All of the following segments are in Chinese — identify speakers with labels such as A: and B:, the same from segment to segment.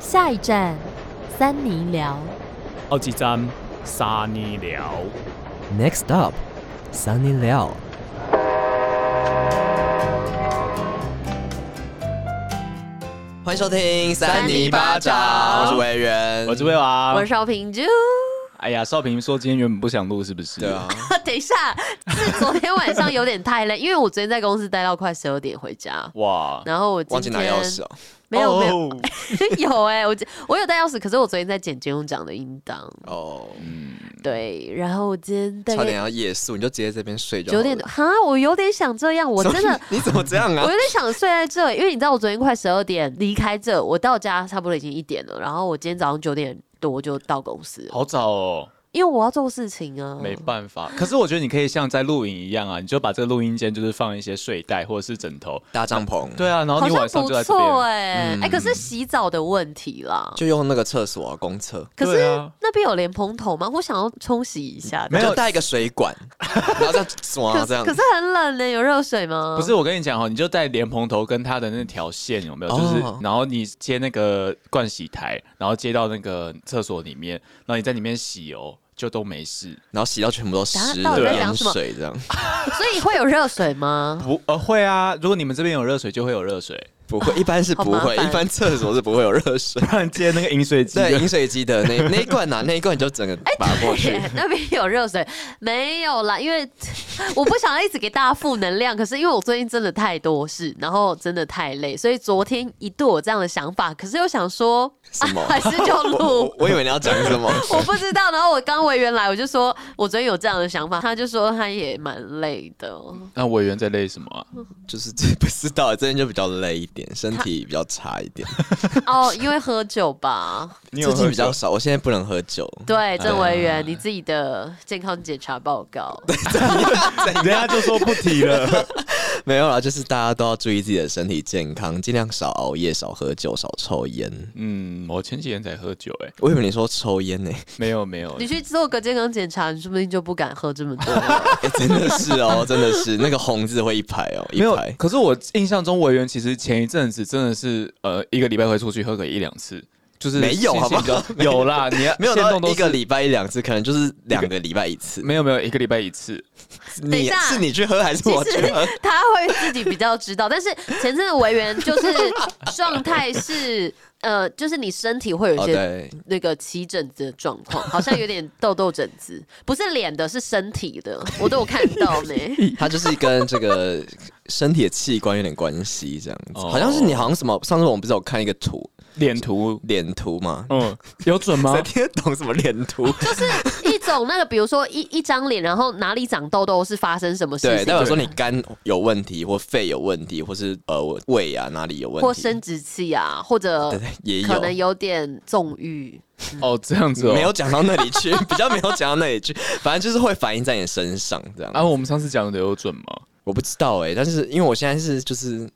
A: 下一站，三尼寮。
B: 好哦几站沙尼寮。
C: Next up, Sunny Liao。欢迎收听《
A: 三尼巴掌
C: 我是维人，
B: 我是魏娃
A: 我。是邵平珠。
B: 哎呀，少平说今天原本不想录，是不是？
C: 对啊，
A: 等一下，是昨天晚上有点太 累，因为我昨天在公司待到快十二点回家，
B: 哇，
A: 然后我今
C: 忘记
A: 天
C: 拿钥匙哦。
A: 没有没有、
B: 哦
A: 有哎、我今我有带钥匙，可是我昨天在剪金庸奖的音档，
C: 哦，
B: 嗯，
A: 对，然后我今天大
C: 差点
A: 概
C: 要夜宿，你就直接在这边睡就好
A: 九
C: 了。
A: 点多，哈，我有点想这样，我真 的。
C: 你怎么这样
A: 我有
C: 啊？
A: 点想睡在这，因为你知道我昨天快十二点离开这，我到家差不多已经一点了，然后我今天早上九点多就到公司，
B: 好早哦，
A: 因为我要做事情啊。
B: 没办法。可是我觉得你可以像在录影一样啊，你就把这个录音间就是放一些睡袋或者是枕头。
C: 搭帐篷，
B: 对啊，然后
A: 好
B: 你晚
A: 像
B: 上
A: 不
B: 就在这
A: 错
B: 边。嗯
A: 哎、哎、可是洗澡的问题啦，
C: 就用那个厕所啊，公厕，
A: 可
B: 对
A: 是
B: 啊
A: 那边有莲蓬头吗？我想要冲洗一下。
B: 没有
C: 就带一个水 管，然后这样
A: 可
C: 刷
A: 是
C: 这样
A: 可。是很冷呢、欸有热水吗？
B: 不是，我跟你讲哦，你就带莲蓬头跟它的那条线有没有？就是
C: 哦，
B: 然后你接那个盥洗台，然后接到那个厕所里面，然后你在里面洗哦，就都没事。
C: 然后洗到全部都湿
A: 等下到
C: 了，
A: 底在
C: 淹
A: 讲什么
C: 水这样，
A: 所以会有热水 吗？
B: 不，呃，会啊。如果你们这边有热水，就会有热水，
C: 不会，一般是
A: 好
C: 不
A: 麻
C: 会，
A: 烦
C: 一般厕所是不会有热水。
B: 不然接那个饮水机
C: 对，饮水机的那那一罐啊呐、那一罐你就整个
A: 哎
C: 拔过去。
A: 对 那边有热水没有啦？因为 我不想要一直给大家负能量，可是因为我最近真的太多事，然后真的太累，所以昨天一度有这样的想法，可是又想说啊
C: 什么
A: 还是就
C: 我 我
A: 录。
C: 我以为你要讲什么，
A: 我不知道，然后我刚委员来，我就说我昨天有这样的想法，他就说他也蛮累的。哦
B: 那委员在累什么、啊？
C: 就是这不知道，最近就比较累一点，身体比较差一点，
A: 哦，因为喝酒 吧？
B: 你
C: 最近
B: 喝
C: 比较
B: 酒
C: 少，我现在不能喝酒。
A: 对，郑委员，你自己的健康检查报告。
B: 人家就说不提了。
C: 没有啦，就是大家都要注意自己的身体健康，尽量少熬夜、少喝酒、少抽烟。
B: 嗯，我前几天才喝酒、欸，哎，
C: 我以为你说抽烟呢、
B: 没有没有
A: 你，去做个健康检查，你说不定就不敢喝这么多了。
C: 哎真的是哦，真的是那个红字会一排哦，一
B: 没有
C: 排。。
B: 可是我印象中，委员其实前一阵子真的是，呃，一个礼拜会出去喝个一两次，就是
C: 没有
B: 心情
C: 好不好
B: 比较 有啦，你
C: 没有
B: 现
C: 到
B: 动都
C: 一个
B: 是
C: 礼拜一两次，可能就是两个礼拜一次。
B: 没有没有一个礼拜一次，
A: 等一
C: 你
A: 下
C: 是你去喝还 是我
A: 其实
C: 去喝？
A: 他会自己比较知道，但是前阵的委员就是状态是，呃，就是你身体会有一
C: 哦，
A: 些
C: 对，
A: 那个起疹子的状况，好像有点痘痘疹 子，不是脸的，是身体的，我都有看到呢。
C: 它就是跟这个 身体的器官有点关系，这样子。
B: 哦
C: 好像是你好像什么，上次我们不是有看一个图，
B: 脸图，
C: 脸图吗？
B: 嗯，有准吗
C: 谁？听得懂什么脸图？
A: 一种那个，比如说一一张脸，然后哪里长痘痘是发生什么事
C: 对，
A: 情，
C: 代表说你肝有问题，或肺有问题，或是呃胃啊哪里有问题，
A: 或生殖器啊，或者
C: 对对也
A: 可能
C: 有。
A: 有点纵欲。
B: 哦，这样子哦，
C: 没有。讲到那里 去，比较没有讲到那里去，反正就是会反映在你身上这样。
B: 啊，我们上次讲的有准吗？
C: 我不知道哎、但是因为我现在是就是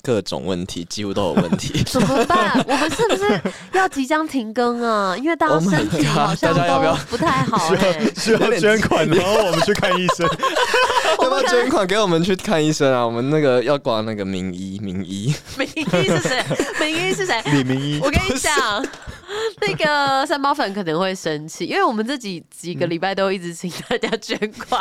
C: 各种问题，几乎都有问题。
A: 怎么办？ 我们是不是要即将停更啊？因为大家
C: Oh my
A: 身体好
C: God，
A: 像
C: 大家要不
A: 都
C: 要
A: 不太好哎、
B: 需要捐 款，然后我们去看医生。
C: 要不要捐款给我们去看医生啊？我们那个要挂那个 名医，名医。
A: 名医是谁？名医是谁？
B: 李明一
A: 我跟你讲，那个三毛粉可能会生气，因为我们这几几个礼拜都一直请大家捐款，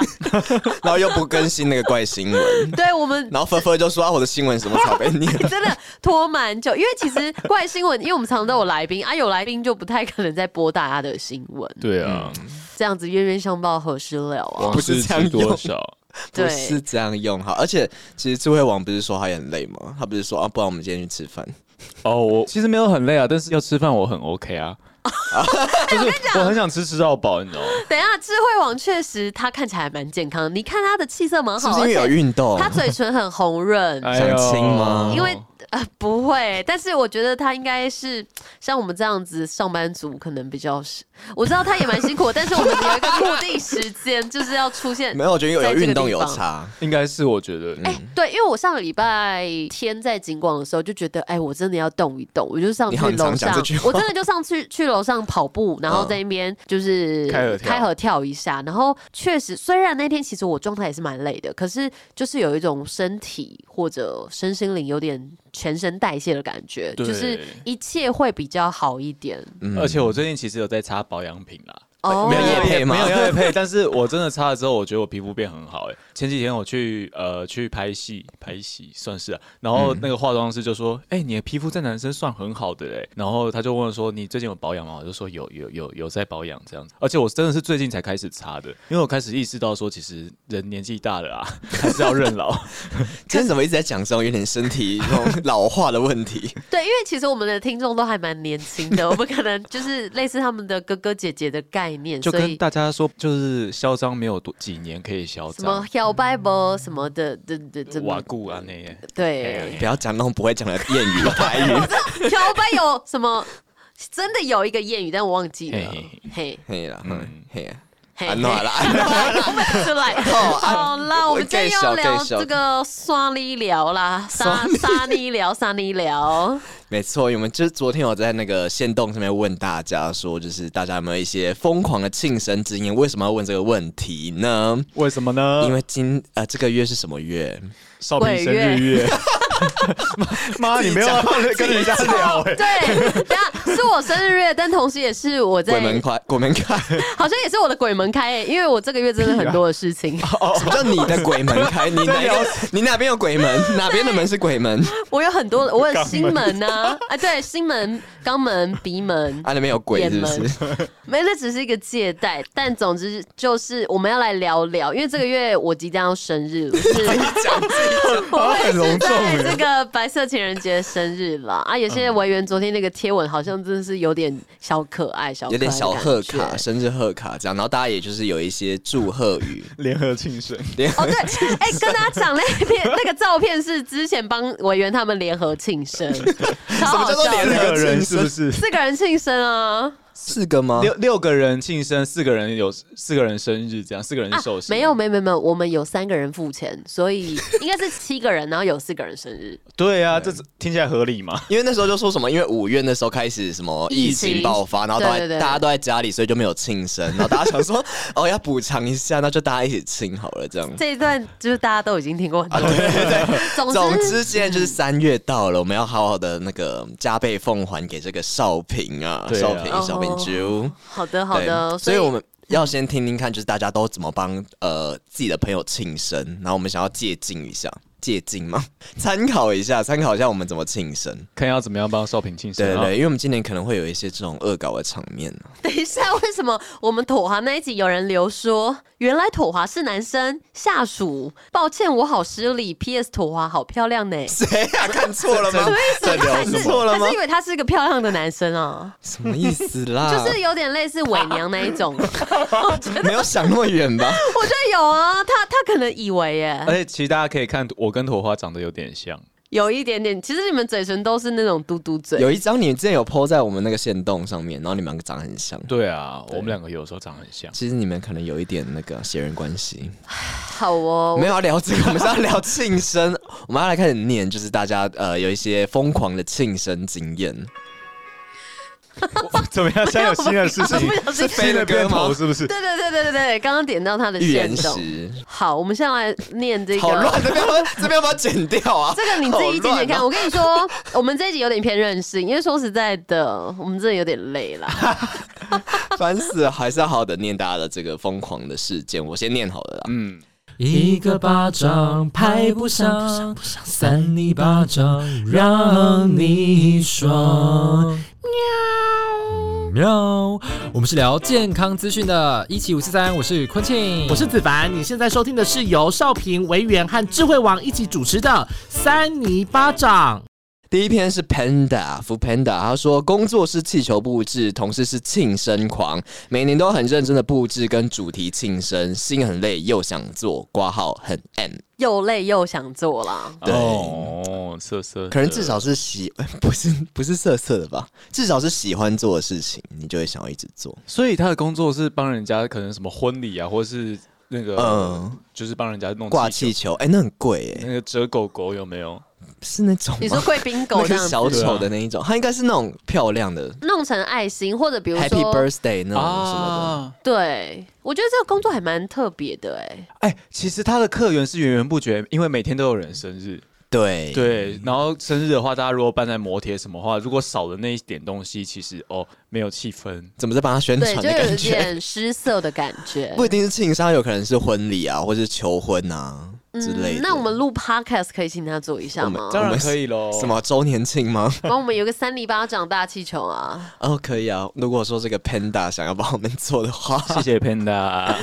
C: 然后又不更新那个怪新闻，
A: 对我们
C: 然后菲菲就说、啊、我的新闻什么时候被念？
A: 真的拖蛮久，因为其实怪新闻，因为我们常常都有来宾啊，有来宾就不太可能再播大家的新闻，
B: 对啊，
A: 这样子冤冤相报何时了啊？
B: 往
C: 不
B: 事
C: 是这样
B: 知多
C: 用
B: 少？
A: 对
C: 不是这样用哈。而且其实智慧王不是说他也很累吗？他不是说啊，不然我们今天去吃饭。
B: 哦，我其实没有很累啊，但是要吃饭我很 OK 啊，就是我很想吃吃到饱，你知道吗？
A: 等一下，智慧王确实他看起来还蛮健康，你看他的气色蛮
C: 是不
A: 好，
C: 是因为有
A: 哦而且
C: 运动？
A: 他嘴唇很红润。
B: 哎呦
C: 想亲吗
A: 因为呃不会，但是我觉得他应该是像我们这样子上班族，可能比较是。我知道他也蛮辛苦，但是我们有一个固定时间，就是要出现
C: 没。有，我觉得有
A: 在
C: 有
A: 这个
C: 运动
A: 地
C: 有
A: 方
C: 差。
B: 应该是我觉得，
A: 哎、
C: 嗯
A: 对，因为我上个礼拜天在景广的时候，就觉得哎、我真的要动一动，我就上去
C: 你好你常
A: 楼
C: 讲
A: 上
C: 这句，话
A: 我真的就上去去楼上跑步，然后
C: 嗯
A: 在那边就是
B: 开合跳
A: 开合跳一下，然后确实，虽然那天其实我状态也是蛮累的，可是就是有一种身体或者身心灵有点全身代谢的感觉，
B: 对
A: 就是一切会比较好一点。
B: 嗯
C: 嗯
B: 而且我最近其实有在擦保养品啦。
A: 哦
C: 没有业配吗
B: 没有要配，但是我真的擦了之后，我觉得我皮肤变很好哎、前几天我去呃去拍戏，拍戏算是啊，然后
A: 嗯
B: 那个化妆师就说：“哎、你的皮肤在男生算很好的哎、然后他就问说：“你最近有保养吗？”我就说有：“有有有在保养这样子。”而且我真的是最近才开始擦的，因为我开始意识到说，其实人年纪大了啊， 还是要认 老。
C: 今天怎么一直在讲这种有点身体那种老化的问题？
A: 对，因为其实我们的听众都还蛮年轻的，我们可能就是类似他们的哥哥姐姐的概念，
B: 就
A: 所
B: 跟
A: 以
B: 大家说，就是嚣张没有多几年可以嚣
A: 什么
B: 张，
A: 小 Bible 什么的，对对对，
B: 瓦固啊那些。
A: 对，
C: 不要讲那种不会讲的 谚语、台语。
A: 小白有什么？真的有一个谚语，但我忘记了
B: 嘿。
A: 嘿，
C: 嘿啦，嗯嘿呀，
A: 嘿
C: 安啊娜啦，安娜
A: 出来。好啦，我们今天要聊这个刷力聊啦，沙沙尼聊，沙尼聊。
C: 没错，我们就是昨天有在那个线动上面问大家说，就是大家有没有一些疯狂的庆生之验？为什么要问这个问题呢？
B: 为什么呢？
C: 因为今呃这个月是什么月？
B: 少平生日月。 妈，妈啊你没有要 跟人家聊哎、
A: 对， 等下是我生日月，但同时也是我在
C: 鬼，门开，鬼门开，
A: 好像也是我的鬼门开欸，因为我这个月真的很多的事情，
C: 什么叫你的鬼门开？你哪一个你哪边有鬼门？哪边的门是鬼门？
A: 我有很多，我有
B: 肛
A: 心门呐，啊，对，心门、肛门、鼻门，
C: 啊，那边有鬼是 不
A: 眼
C: 是？
A: 没，那只是一个借贷，但总之就是我们要来聊聊，因为这个月我即将要生日了， 是我会是
C: 啊
A: 在这个白色情人节生日了啊！有些委员昨天那个贴文好像真的是有点小可爱，小可爱
C: 有点小贺
A: 的感
C: 卡，
A: 觉
C: 生日贺卡这样，然后大家也就是有一些祝贺语，
B: 联合庆生，
A: 哦，对，哎、跟大家讲那片那个照片是之前帮委员他们联合庆 生，超好
C: 叫做
A: 笑的，
C: 联
B: 四
C: 合
B: 个人是不是？
A: 四个人庆生啊。
C: 四个吗？
B: 六六个人庆生，四个人有四个人生日，这样四个人
A: 啊
B: 寿，星、
A: 没有，没有没有没有，我们有三个人付钱，所以应该是七个人，然后有四个人生日。
B: 对啊，这听起来合理吗？
C: 因为那时候就说什么，因为五月那时候开始什么
A: 疫
C: 疫
A: 情
C: 情爆发，然后都
A: 对
C: 在
A: 对对
C: 大家都在家里，所以就没有庆生，然后大家想说哦要补偿一下，那就大家一起庆好了这 样。
A: 这一段就是大家都已经听过很多，对对对，
C: 啊总
A: 总之。
C: 之，现在就是
A: 嗯
C: 三月到了，我们要好好的那个加倍奉还给这个少平啊，
B: 对啊
C: 少平
A: 哦
C: 少平猪。
A: 好的，好的，
C: 对所以我们要先听听看，就是大家都怎么帮呃自己的朋友庆生，然后我们想要借鉴一下，借鉴吗？参考一下，参考一下我们怎么庆生。
B: 看要怎么样帮少平庆生、
C: 对哦
B: 啊。
C: 对对，因为我们今年可能会有一些这种恶搞的场面 啊。
A: 等一下，为什么我们妥华那一集有人留说，原来妥华是男生下属？抱歉，我好失礼。P.S. 妥华好漂亮 呢，
C: 谁呀、看错 了吗？
B: 在
A: 他
B: 聊
A: 还
B: 什
A: 是
B: 么？
C: 了吗
A: 他是以为他是一个漂亮的男生啊，
C: 什么意思啦？
A: 就是有点类似伪娘那一种。
C: 没有想那么远吧？
A: 我觉得有啊，他他可能以为耶，
B: 而
C: 哎
B: 且哎其实大家可以看，我跟火花长得有点像，
A: 有一点点。其实你们嘴唇都是那种嘟嘟嘴，
C: 有一张你之前有 PO 在我们那个线洞上面，然后你们两个长得很像。
B: 对啊，我们两个有时候长很像。
C: 其实你们可能有一点那个血缘关系，
A: 好哦。
C: 没有要聊这个，我们是要聊庆生。 我们要来开始念，就是大家呃有一些疯狂的庆生经验，
B: 怎么样？现在有新的事情，
A: 不小心
C: 是飞
B: 新的
C: 了
B: 片
C: 歌
B: 头
C: 吗？
B: 是不是？
A: 对对对对对对，刚刚点到他的
C: 预
A: 线
C: 言
A: 动。
C: 石，
A: 好，我们现在来念这个。
C: 好乱，这边要这边要把它剪掉啊！
A: 这个你自己剪剪看。
C: 好乱哦
A: 我跟你说， 我们这一集有点偏任性，因为说实在的，我们真的有点累啦。
C: 烦死了，还是要好好的念大家的这个疯狂的事件。我先念好了啦。
B: 嗯，
D: 一个巴掌拍不响，扇你巴掌让你爽。喵喵，我们是聊健康资讯的，一七五四三，我是坤庆，
E: 我是子凡，你现在收听的是由少平、维园和智慧王一起主持的《三尼巴掌》。
C: 第一篇是 Panda 福 Panda，他说工作是气球布置，同事是庆生狂，每年都很认真的布置跟主题庆生，心很累又想做，挂号很 M，
A: 又累又想做啦，
C: 对
B: 哦，色色的，
C: 可能至少是喜 不是不是色色的吧，至少是喜欢做的事情，你就会想要一直做。
B: 所以他的工作是帮人家可能什么婚礼啊，或是那个，
C: 嗯
B: 就是帮人家弄
C: 挂
B: 气
C: 气球，哎、那很贵哎、
B: 那个折狗狗有没有？
C: 是那种
A: 你说
C: 吗？
A: 贵宾狗
C: 那
A: 这
C: 个
A: 样子
C: 小丑的那一种，它应该是那种漂亮的
A: 弄成爱心，或者比如说
C: ，Happy Birthday 那种嗯什么
B: 啊，
A: 对，我觉得这个工作还蛮特别的哎、
B: 哎、其实他的客源是源源不绝，因为每天都有人生日。
C: 的，对，
B: 对，然后生日的话，大家如果办在摩铁什么话，如果少了那一点东西，其实哦没有气氛。
C: 怎嗯么在帮他宣
A: 对，
C: 传
A: 就
C: 的
A: 有
C: 感
A: 一
C: 觉？
A: 点失色的感觉。
C: 不一定是庆杀，有可能是婚礼啊，或是求婚啊之类的。
A: 嗯那我们录 podcast 可以请他做一下吗？
B: 当
C: 我
B: 然
C: 们
B: 可以喽。
C: 什？么周年庆吗？
A: 帮我们有个三里巴掌大气球啊！
C: 哦，可以啊。如果说这个 Panda 想要帮我们做的话，
B: 谢谢 Panda。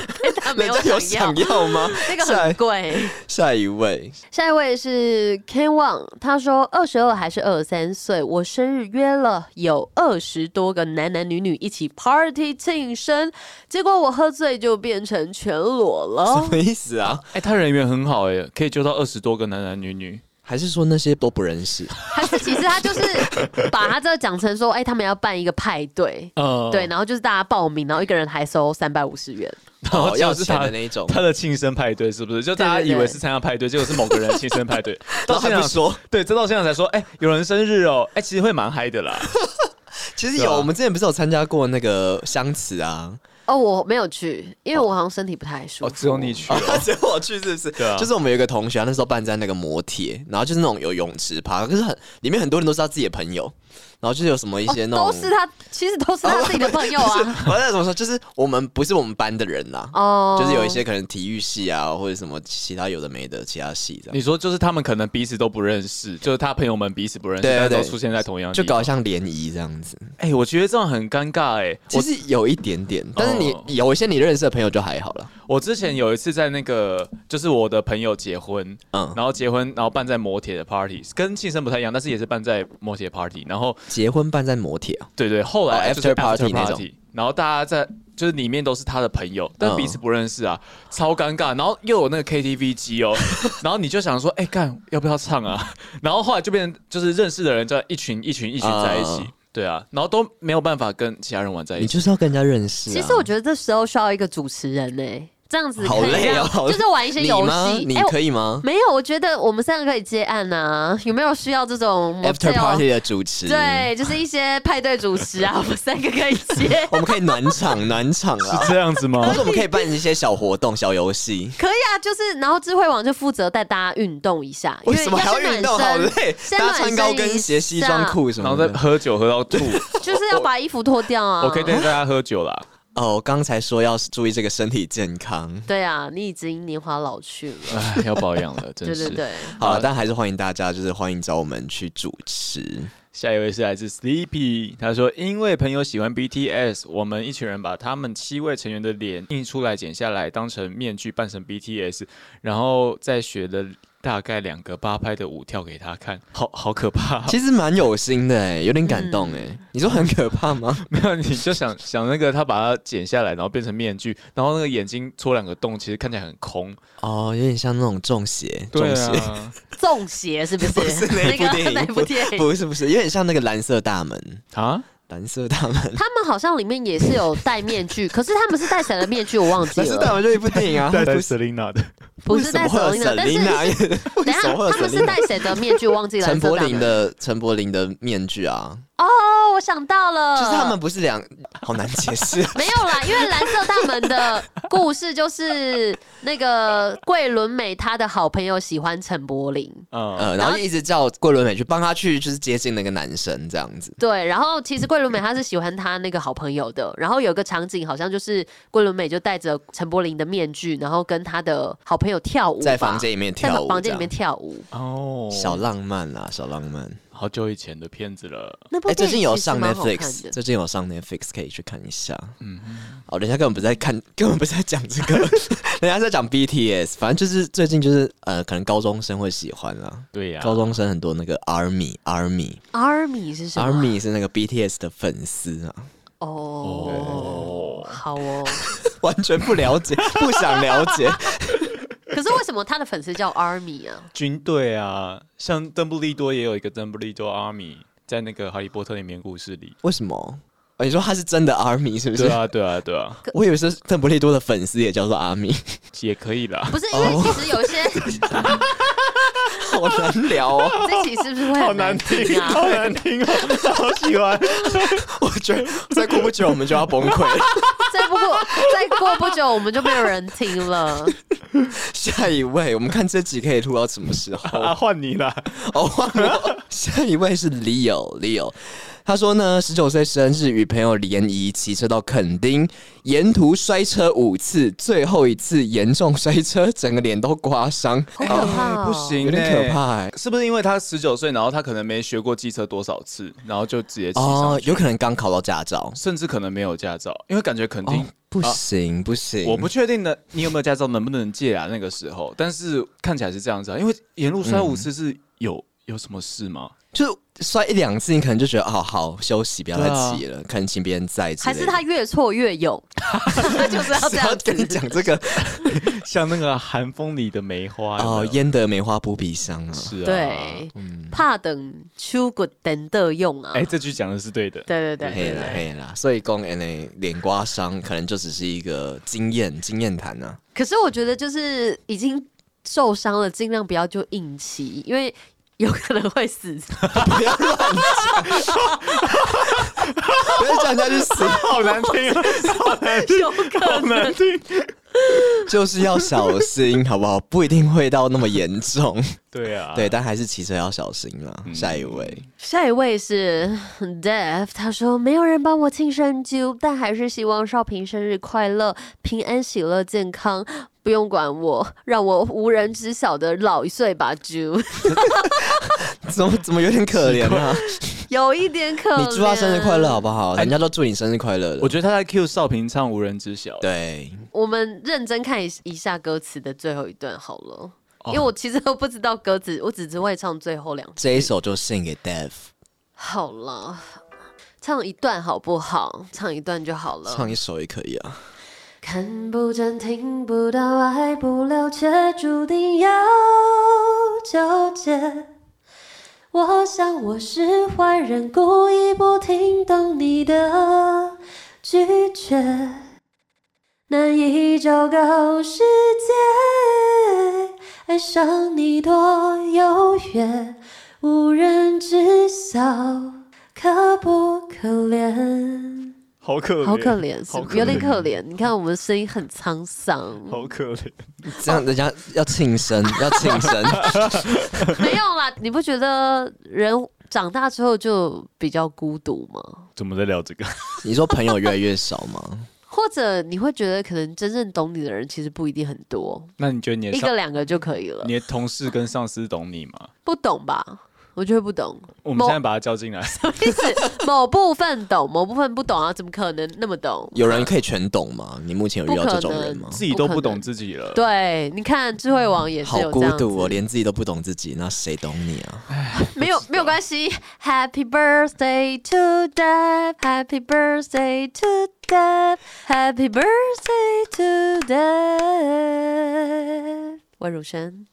A: 他 没
C: 人家有
A: 想
C: 想
A: 要，？
C: 要吗
A: 那个
C: 下
A: 很
C: 一
A: 贵。
C: 下一位，
A: 下一位是 Ken Wang，他说二十二还是二十三岁，我生日约了有二十多个男男女女一起 party 庆生，结果我喝醉就变成全裸
C: 什
A: 了。
C: 么意思啊？
B: 哎、他人缘很好哎、可以揪到二十多个男男女女。
C: 还是说那些都不 认识？
A: 还是其实他就是把他这讲成说，哎、他们要办一个派对，
B: 呃
C: 哦
A: 对，，然后就是大家报名，然后一个人还收三百五十元。
B: 然
C: 哦
B: 后，
C: 要
B: 就是
C: 钱
B: 他
C: 的那一种，
B: 他的庆生派对是不是？就大家
A: 对对
B: 以
A: 对
B: 为是参加派对，结果是某个人的庆生派对。
C: 都
B: 到
C: 还
B: 现
C: 不
B: 场，
C: 说。
B: 对，这到现场才说，哎、有人生日哦，哎、其实会蛮嗨的啦。
C: 其实
B: 对
C: 有，
B: 啊
C: 我们之前不是有参加过那个相词啊？
A: 哦，我没有去，因为我好像身体不太舒
B: 哦，
A: 服。
B: 只有你去
C: 啊
B: 哦。
C: 结果我去是不是？
B: 对啊
C: 就是我们有一个同学、啊，那时候办在那个摩铁，然后就是那种有泳池趴，可是很里面很多人都是他自己的朋友，然后就是有什么一些那种、
A: 哦都是他，其实都是他自己的朋友 啊。
C: 我在怎么说，就是我们不是我们班的人啦、
A: 哦，
C: 就是有一些可能体育系啊，或者什么其他有的没的其他系这 样，
B: 你说就是他们可能彼此都不认识，就是他朋友们彼此不认识，
C: 对对
B: 但都
C: 对
B: 出现在同样的
C: 就
B: 地方
C: 搞得像联谊这样子。
B: 哎、我觉得这样很尴尬哎、
C: 其实有一点点，但是你、
B: 哦
C: 有一些你认识的朋友就还好了。
B: 我我之前有一次在那个，就是我的朋友结婚，
C: 嗯，
B: 然后结婚，然后办在摩铁的 party，跟庆生不太一样，但是也是办在摩铁 party。然后
C: 结婚办在摩铁啊，
B: 对对，后来
C: 哦
B: 就是
C: after party 那种
B: party，然后大家在就是里面都是他的朋友，但
C: 嗯
B: 彼此不认识啊，超尴尬。然后又有那个 KTV 机 哦，然后你就想说，哎、干要不要唱啊？然后后来就变成就是认识的人，在一群一群一群在一起。
C: 嗯
B: 对啊，然后都没有办法跟其他人玩在一
C: 你
B: 起。
C: 就是要跟人家认识、啊。
A: 其实我觉得这时候需要一个主持人呢、这样子
C: 好
A: 可以
C: 累哦
A: 让
C: 好累
A: 就是玩一些游
C: 你吗？
A: 戏。哎
C: 你
A: 我
C: 可以吗、
A: 没有，我觉得我们三个可以接案呐、有没有需要这种
C: After
A: motel？
C: party 的主持，，。
A: 对，就是一些派对主持啊，我们三个可以接
C: 我们可以暖场暖场啊，
B: 这样子吗
C: 或者我们可以办一些小活动、小游戏。
A: 可以啊，就是然后智慧网就负责带大家运动一下，因
C: 为什么还要
A: 先暖
C: 运动？
A: 身
C: 好累，
A: 先
C: 大
A: 暖
C: 家穿
A: 身啊
C: 高
A: 一
C: 跟鞋、西装
A: 下，
C: 裤 什
B: 然后
C: 么
B: 再
C: 的。
B: 喝酒喝到 吐，
A: 就是要把衣服脱掉啊。
B: 我可以带大家喝酒啦。
C: 哦，刚才说要注意这个身体健康。
A: 对啊，你已经年华老去了。
B: 唉，要保养了，真
A: 对
B: 是。
A: 对对，
C: 好了，但还是欢迎大家，就是欢迎找我们去主持。
B: 下一位是来自 Sleepy，他说因为朋友喜欢 BTS，我们一群人把他们七位成员的脸印出来剪下来，当成面具扮成 BTS，然后再学了大概两个八拍的舞跳给他看，好好可怕。
C: 其实蛮有心的哎，有点感动哎。
A: 嗯
C: 你说很可怕吗？
B: 没有，你就想想那个他把它剪下来，然后变成面具，然后那个眼睛戳两个洞，其实看起来很空。
C: 哦，有点像那种中邪，中
B: 对
C: 邪。
B: 啊，
A: 中邪是不是？
C: 不是那一部电
A: 个
C: 影
A: 那一部电影。
C: 不是不是，有点像那个蓝色大门，
B: 啊，
C: 蓝色大门，
A: 他们好像里面也是有戴面具， 可是他们是戴谁的面具？我忘记
C: 蓝色大
A: 了，
C: 门就一部电 影啊，
B: 带
C: 不是
B: Selina 的，
A: 不
C: 为
A: 是
C: 什
A: 戴
C: 么会有
A: Selina，但是等
C: Selina？为
A: 一
C: 什么
A: 下
C: 会有
A: 他们是
C: Selina？
A: 戴谁的面具？忘记了。
C: 陈柏
A: 蓝色大
C: 霖
A: 门
C: 的陈柏霖的面具啊，
A: 哦，我想到了，
C: 就是 他们不是两，好难解 释。
A: 没有啦，因为蓝色大门的故事就是那个桂纶镁她的好朋友喜欢陈柏霖，
B: 嗯，
C: 呃，然后就一直叫桂纶镁去帮他去，就是接近那个男生这样子。
A: 对，然后其实桂纶镁她是喜欢她那个好朋友的，然后有个场景好像就是桂纶镁就戴着陈柏霖的面具，然后跟她的好朋友跳舞吧，
C: 在房间里面跳
A: 在
C: 舞，
A: 房间里面跳舞。
B: 哦，
C: 这样小浪漫啦，小浪漫。
B: 好久以前的片子了。
A: 那部
C: 哎，最
A: 电
C: 近
A: 影
C: 有
A: 其实
C: 上
A: 蛮好看
C: Netflix，
A: 的，
C: 最近有上 Netflix，可以去看一下。嗯，哦，人家根本不在看， 根本不在讲这个， 人家在讲 BTS。反正就是最近就是呃，可能高中生会喜欢啦。
B: 对啊呀、
C: 高中生很多那个 Army Army
A: Army 是什么啊
C: Army 是那个 BTS 的粉丝啊，
A: 哦，好 哦。
C: 完全不了 解，不想了解。
A: 可是为什么他的粉丝叫 Army 啊？
B: 军队啊，像邓布利多也有一个邓布利多 Army，在那个《哈利波特》里面故事里。
C: 为什么？哦你说他是真的 Army 是不是？
B: 对啊，对啊，对啊，
C: 我以为是邓布利多的粉丝也叫做 Army，
B: 也可以啦。
A: 不是因为
C: 哦
A: 其实有一些
C: 好难聊哦。
A: 这集是不是会很难听啊？
B: 难听哦， 好喜欢。
C: 我觉得再过不 久我们就要崩溃了。
A: 再不过，再过不久我们就没有人听了。
C: 下一位，我们看这集可以录到什么时候？
B: 啊，换你啦！
C: 哦，忘了。下一位是 Leo Leo，他说呢，十九岁生日与朋友联谊，骑车到垦丁，沿途摔车五次，最后一次严重摔车，整个脸都刮伤，
A: 好可怕、哦
B: 不，行、欸，
C: 有点可怕、欸。
B: 是不是因为他十九岁，然后他可能没学过机车多少次，然后就直接骑上
C: 哦，
B: 去，
C: 有可能刚考到驾照。
B: 甚至可能没有驾照，因为感觉肯定、
C: 哦，不
B: 啊
C: 行、不行，
B: 我不确定的，你有没有驾照，能不能借啊？那个时候，但是看起来是这样子啊，因为沿路摔五次是有、有什么事吗？
C: 就是摔一两次，你可能就觉得哦，好休息，不要再骑
B: 啊
C: 了，可能请别人载之
A: 还
C: 类的。
A: 是他越挫越 勇，他就是要这
C: 然后
A: 样
C: 跟你
A: 子。
C: 讲这个
B: 像那个寒风里的梅花
C: 哦，
B: 哎有没有
C: 焉得梅花扑鼻香啊！
B: 是啊，
A: 对，
C: 嗯
A: 怕等秋果等的用啊。
B: 哎、这句讲的是对的，
A: 对对对
C: 嘿
A: 对
C: 啦
A: 对。
C: 嘿啦，所以讲 N A 脸刮伤，可能就只是一个经验经验谈 啊。
A: 可是我觉得就是已经受伤了，尽量不要就硬骑，因为有可能会死。
C: 不要乱讲，不要叫人家去 死，
B: 好难听 啊，好难听，好难听。
C: 就是要小心，好不好？不一定会到那么严重，
B: 对 啊，嗯
C: 对，但还是骑车要小心啦。下一位，
A: 下一位是 Dev，他说没有人帮我庆生揪，但还是希望少平生日快乐，平安喜乐健康。不用管我，让我无人知晓的老一岁吧，揪
C: 怎么怎么有点可怜啊？
A: 有一点可
C: 你
A: 怜。
C: 祝他生日快
A: 啊
C: 乐好不好？人家都祝你生日快乐
B: 我
C: 了。
B: 觉得他在 Q 少平唱无人知晓，
C: 对，
A: 我们认真看一一下歌词的最后一段好了，
C: 哦
A: 因为我其实都不知道歌词，我只只会唱最后两句。
C: 这一首就献给 Dev，
A: 好了，唱一段好不好？唱一段就好了。
C: 唱一首也可以啊。
A: 看不见，听不到，爱不了却注定要纠结。我想我是坏人，故意不听懂你的拒绝，难以昭告世界，爱上你多优越，无人知晓，可不可怜？
B: 好可怜，
A: 好可 怜，
B: 好
A: 是有点可怜。你看我们声音很沧桑，
B: 好可怜。
A: 哦
C: 这样人家要庆生， 要庆生，
A: 没有啦。你不觉得人长大之后就比较孤独吗？
B: 怎么在聊这个？
C: 你说朋友越来越少吗？
A: 或者你会觉得可能真正懂你的人其实不一定很多，
B: 那你觉得你的
A: 一
B: 上
A: 个两个就可以了
B: 你。的同事跟上司懂你 吗？
A: 不懂吧？我觉得不懂，
B: 我们现在把他叫进来，
A: 意思某部分懂，某部分不懂啊？怎么可能那么懂？
C: 有人可以全懂吗？你目前有遇到这种人吗
A: 不可能？
B: 自己都
A: 不可
B: 不
A: 能
B: 懂自己了。
A: 对，你看智慧王也是
C: 好
A: 有这
C: 孤
A: 样子，
C: 独哦，连自己都不懂自己，那谁懂你啊？
A: 没有没有关系。Happy birthday to Deb, Happy birthday to Deb, Happy birthday to Deb。温如轩，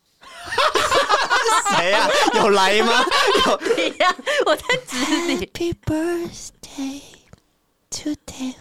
C: 谁哎呀、有来吗？
A: 一样， 我在指你，
F: Happy
A: 其
F: birthday to Dave.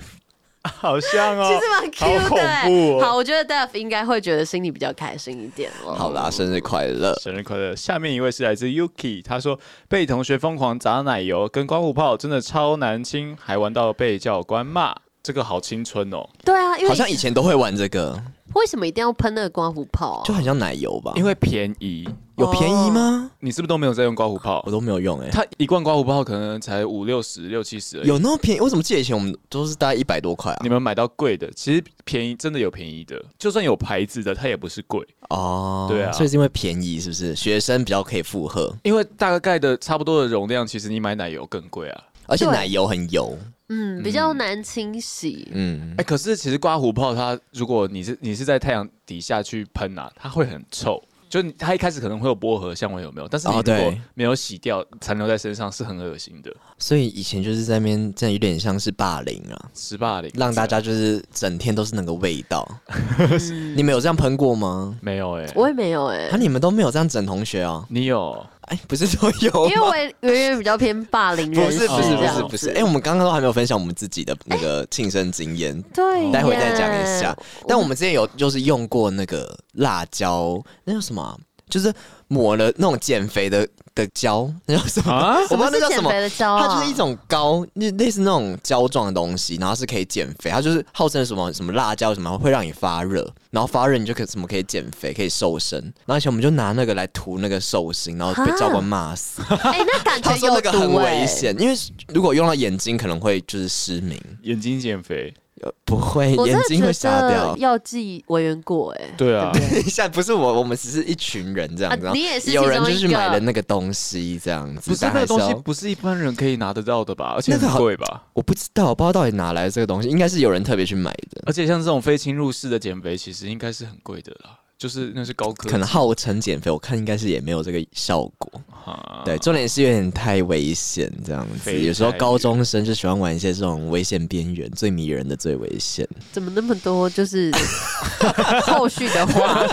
B: 好像哦，
A: 实
C: 啊
A: 蛮 Q
B: 好
A: 的、欸
B: 恐怖哦。
A: 好，我觉得 Deb 应该会觉得心里比较开心一点哦。
C: 好啦，生日快乐！
B: 生日快乐！下面一位是来自 Yuki，他说被同学疯狂砸奶油跟刮胡泡真的超难清，还玩到被教官骂，这个好青春哦。
A: 对啊，因为
C: 好像以前都会玩这个，
A: 为什么一定要喷那个刮胡泡、
C: 就
A: 啊？
C: 很像奶油吧？
B: 因为便宜，
C: 有便宜吗？
B: 你是不是都没有在用刮胡泡
C: 我？都没有用哎、
B: 他一罐刮胡泡可能才五六十、六七十而已。
C: 有那么便宜？我怎么记得以前我们都是大概一百多块啊
B: 你？们买到贵的，其实便宜真的有便宜的，就算有牌子的，它也不是贵，
C: 哦，
B: 对啊
C: 所以是因为便宜是不是？学生比较可以负荷，
B: 因为大概的差不多的容量，其实你买奶油更贵啊。
C: 而且
A: 对
C: 奶油很油，
A: 嗯，比较难清洗。
C: 嗯
B: 哎、，可是其实刮胡泡它，如果你是你是在太阳底下去喷啊，它会很臭。就你它一开始可能会有薄荷香味，有没有？但是你
C: 哦
B: 如果
C: 对
B: 没有洗掉，残留在身上是很恶心的。
C: 所以以前就是在那边，这样有点像是霸凌啊，
B: 十八零
C: 让大家就是整天都是那个味道。
A: 嗯
C: 你们有这样喷过吗？
B: 没有哎、
A: 我也没有哎、
C: 啊，你们都没有这样整同学哦？
B: 你有
C: 哎，不是都有
A: 因为
C: 吗？
A: 我也 远远比较偏霸凌人
C: 不
A: 士
C: 是不是
A: 这
C: 不是
A: 样
C: 不是，
A: 子
C: 哎、我们刚刚都还没有分享我们自己的那个庆生经验，
A: 对耶，
C: 待会再讲一下。但我们之前有就是用过那个辣椒，那叫什么啊、就是抹了那种减肥的的胶，然后什么，
B: 啊
C: 我不
A: 什么是
C: 知道那叫
A: 减
C: 什么
A: 肥的胶啊
C: 它就是一种膏，类类似那种胶状的东西，然后是可以减肥，它就是号称什么什么辣椒什么会让你发热，然后发热你就可以什么可以减肥，可以瘦身，然后以前我们就拿那个来涂那个寿星，然后被教官骂死，
A: 哎、那感觉
C: 他说
A: 啊有
C: 那个很
A: 毒哎、
C: 危险，因为如果用到眼睛可能会就是失明，
B: 眼睛减肥，
C: 呃不会
A: 我真
C: 眼
A: 的
C: 睛会
A: 觉
C: 瞎
A: 得
C: 掉。
A: 药剂委员过哎、
B: 对啊，
C: 等一下，不是我，我们只是一群人这样子。
A: 啊你也是
C: 有人就
A: 其
C: 是
A: 中一个
C: 买了那个东西这样子，
B: 不是
C: 但
B: 那个
C: 还
B: 东
C: 要
B: 西不是一般人可以拿得到的吧？而且
C: 那个
B: 很
C: 好
B: 贵吧？
C: 我不知道，我不知道到底哪来的这个东西，应该是有人特别去买的，
B: 而且像这种非侵入式的减肥，其实应该是很贵的啦，就是那是高科技，
C: 可能号称减肥，我看应该是也没有这个效果。
B: 啊
C: 对，重点是有点太危险这样子，
B: 非
C: 有时候
B: 太
C: 高中生就喜欢玩一些这种危险边缘，最迷人的最危 险。
A: 怎么那么多就是 后续的话？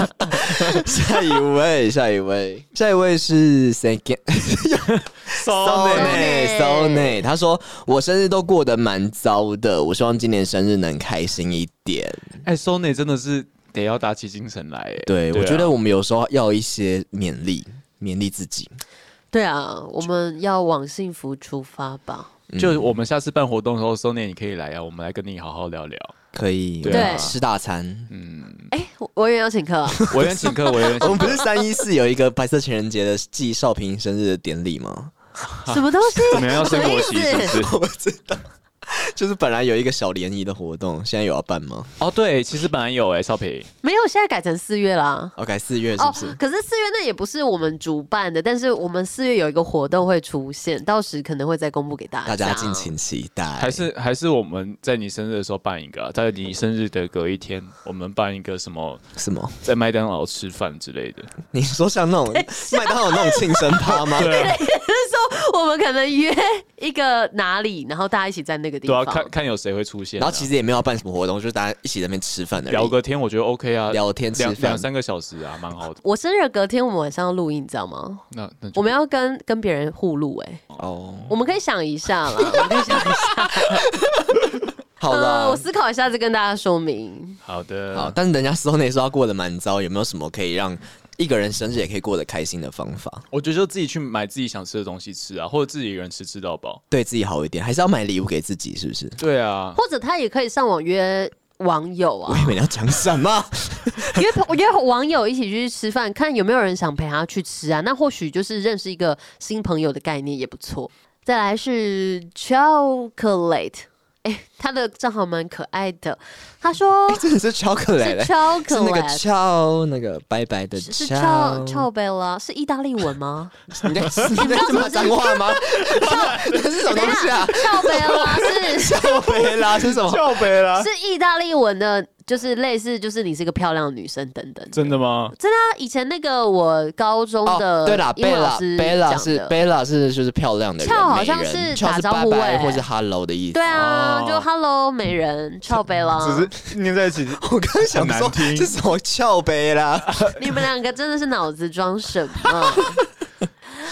C: 下一位，下一位，下一位是 second。
B: 骚
C: so
B: 呢
C: nice, so nice。他说我生日都过得蛮糟的，我希望今年生日能开心一点。
B: 哎，Sony 真的是得要打起精神来哎。
C: 对，
B: 啊
C: 我觉得我们有时候要一些勉励，勉励自己。
A: 对啊，我们要往幸福出发吧。
C: 嗯
B: 就我们下次办活动的时候，Sony 你可以来啊，我们来跟你好好聊聊。
C: 可以，
B: 对啊
C: 我们
A: 对
C: 吃大餐。
B: 嗯，
A: 哎、委员要请 客啊、
B: 委员请客，委员
C: 我
B: 请
C: 们
B: 客
C: 不是三一四有一个白色情人节的纪少平生日的典礼吗？
A: 什么东西？
B: 怎么样要升国旗
A: 什
B: 是
A: 么
B: 不
A: 意思
B: 是？
C: 我不知道，就是本来有一个小联谊的活动，现在有要办吗
B: 哦，对，其实本来有哎，少平，
A: 没有，现在改成四月啦。哦
C: ？OK，四月是不是？
A: 可是四月那也不是我们主办的，但是我们四月有一个活动会出现，到时可能会再公布给大家。
C: 大家敬请期待。
B: 还是还是我们在你生日的时候办一个啊，在你生日的隔一天，我们办一个什么，
C: 什么？
B: 在麦当劳吃饭之类的。
C: 你说像那种麦当劳那种庆生趴吗？
B: 对啊，
A: 就是说我们可能约一个哪里，然后大家一起在那个地
B: 对啊，
A: 方。
B: 看看有谁会出现啊。
C: 然后其实也没有要办什么活动，就是大家一起在那边吃饭的
B: 聊个天，我觉得 OK 啊，
C: 聊天吃
B: 两
C: 饭
B: 两三个小时啊，蛮好的。
A: 我生日的隔天，我们晚上要录音，你知道吗？
B: 那那就
A: 我们要跟跟别人互录，哎，
C: 哦。
A: 我们可以想一下 啦，我们可以想一下。
C: 好
A: 呃，我
C: 了，
A: 思考一下，再跟大家说明。
B: 好的，
C: 好，但是人家 Sony 说他过得蛮糟，有没有什么可以让一个人生日也可以过得开心的方法？
B: 我觉得就自己去买自己想吃的东西吃啊，或者自己一个人吃吃到饱。
C: 对自己好一点，还是要买礼物给自己，是不是？
B: 对啊，
A: 或者他也可以上网约网友
C: 我
A: 啊，
C: 以为你要讲什么？
A: 约朋约网友一起去吃饭，看有没有人想陪他去吃啊。那或许就是认识一个新朋友的概念也不错。再来是 chocolate，哎、他的账号蛮可爱的。他说
C: 真的是 chocolate，嘞
A: 是 chocolate
C: 是那个 chow 那个白白的
A: 是是 chow
C: chow，
A: chow bella 是意大利文吗？
C: 你在你在骂脏话吗？这 是什么东西啊？
A: chow bella 是
C: 翘北啦是什么？
B: 跳杯啦，
A: 是意大利文的，就是类似就是你是个漂亮的女生等等。
B: 真的吗？
A: 真的啊，以前那个我高中的
C: 哦对啦
A: 英文老师
C: ，Bella，Bella
A: 讲
C: 是
A: 的。
C: Bella 是就是漂亮的人，
A: 翘好像
C: 美人
A: 是
C: 翘
A: 打
C: 是
A: 招
C: 拜
A: 呼
C: 拜
A: 欸
C: 或是 hello 的意思。
A: 对啊，
B: 哦
A: 就 Hello 美人，翘北啦。
B: 是粘在一起。
C: 我刚刚想
B: 很难
C: 说
B: 听
C: 这什么翘杯啦？
A: 你们两个真的是脑子装什 么？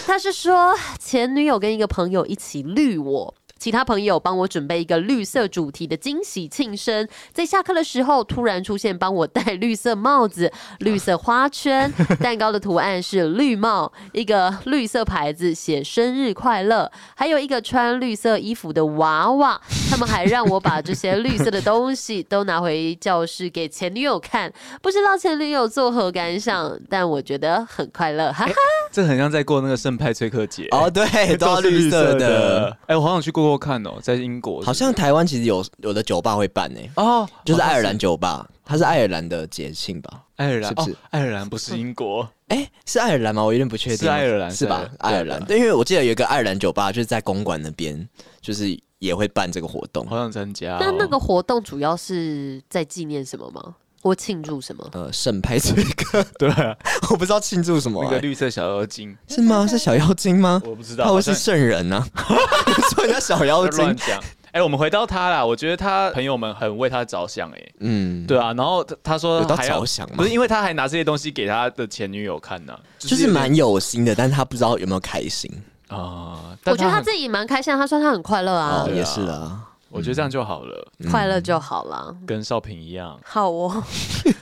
A: 他是说前女友跟一个朋友一起绿我。其他朋友帮我准备一个绿色主题的惊喜庆生，在下课的时候突然出现，帮我戴绿色帽子、绿色花圈， 蛋糕的图案是绿帽，一个绿色牌子写生日快乐，还有一个穿绿色衣服的娃娃。他们还让我把这些绿色的东西都拿回教室给前女友看，不知道前女友作何感想，但我觉得很快
C: 哎
A: 乐，哈哈。
B: 这很像在过那个圣派崔克节，
C: 哦，对，都要
B: 是
C: 绿色的。。
B: 哎，我好想去过过看哦，在英国是不是
C: 好像台湾其实有有的酒吧会办欸呢，
B: 哦，
C: 就是爱尔
B: 好像
C: 兰酒吧，它是爱尔兰的节庆吧？
B: 爱尔兰
C: 是不是
B: 哦爱尔兰不是英国，
C: 哎，是爱尔兰吗？我有点不确定，
B: 是爱尔兰
C: 是吧？
B: 是
C: 爱
B: 爱
C: 尔
B: 尔兰啊
C: 兰，对，因为我记得有一个爱尔兰酒吧，就是在公馆那边，就是也会办这个活动
B: 好。想参加哦。
A: 那那个活动主要是在纪念什么吗？或庆祝什么？
C: 呃，圣派崔克，
B: 对啊，
C: 我不知道庆祝什么
B: 那
C: 欸、
B: 个绿色小妖精，
C: 是吗？是小妖精吗？
B: 我不知道，
C: 他
B: 好
C: 会是
B: 像
C: 圣 人呢、你说人家小妖
B: 在乱
C: 精，
B: 讲。哎，我们回到他啦，我觉得他朋友们很为他着想哎。
C: 嗯，
B: 对啊，然后他他说
C: 有到
B: 还要
C: 着想吗
B: 不是因为他还拿这些东西给他的前女友看呢、
C: 就是蛮有心的，但是他不知道有没有开心。
B: 啊、
A: 我觉得他
B: 这
A: 自己蛮开心的，他说他很快乐啊
C: 哦，。
B: 对
C: 嗯
B: 啊
C: 也是啊，
B: 我觉得这样就好了，
A: 快乐就好了。
B: 跟少平一样。
A: 好 哦，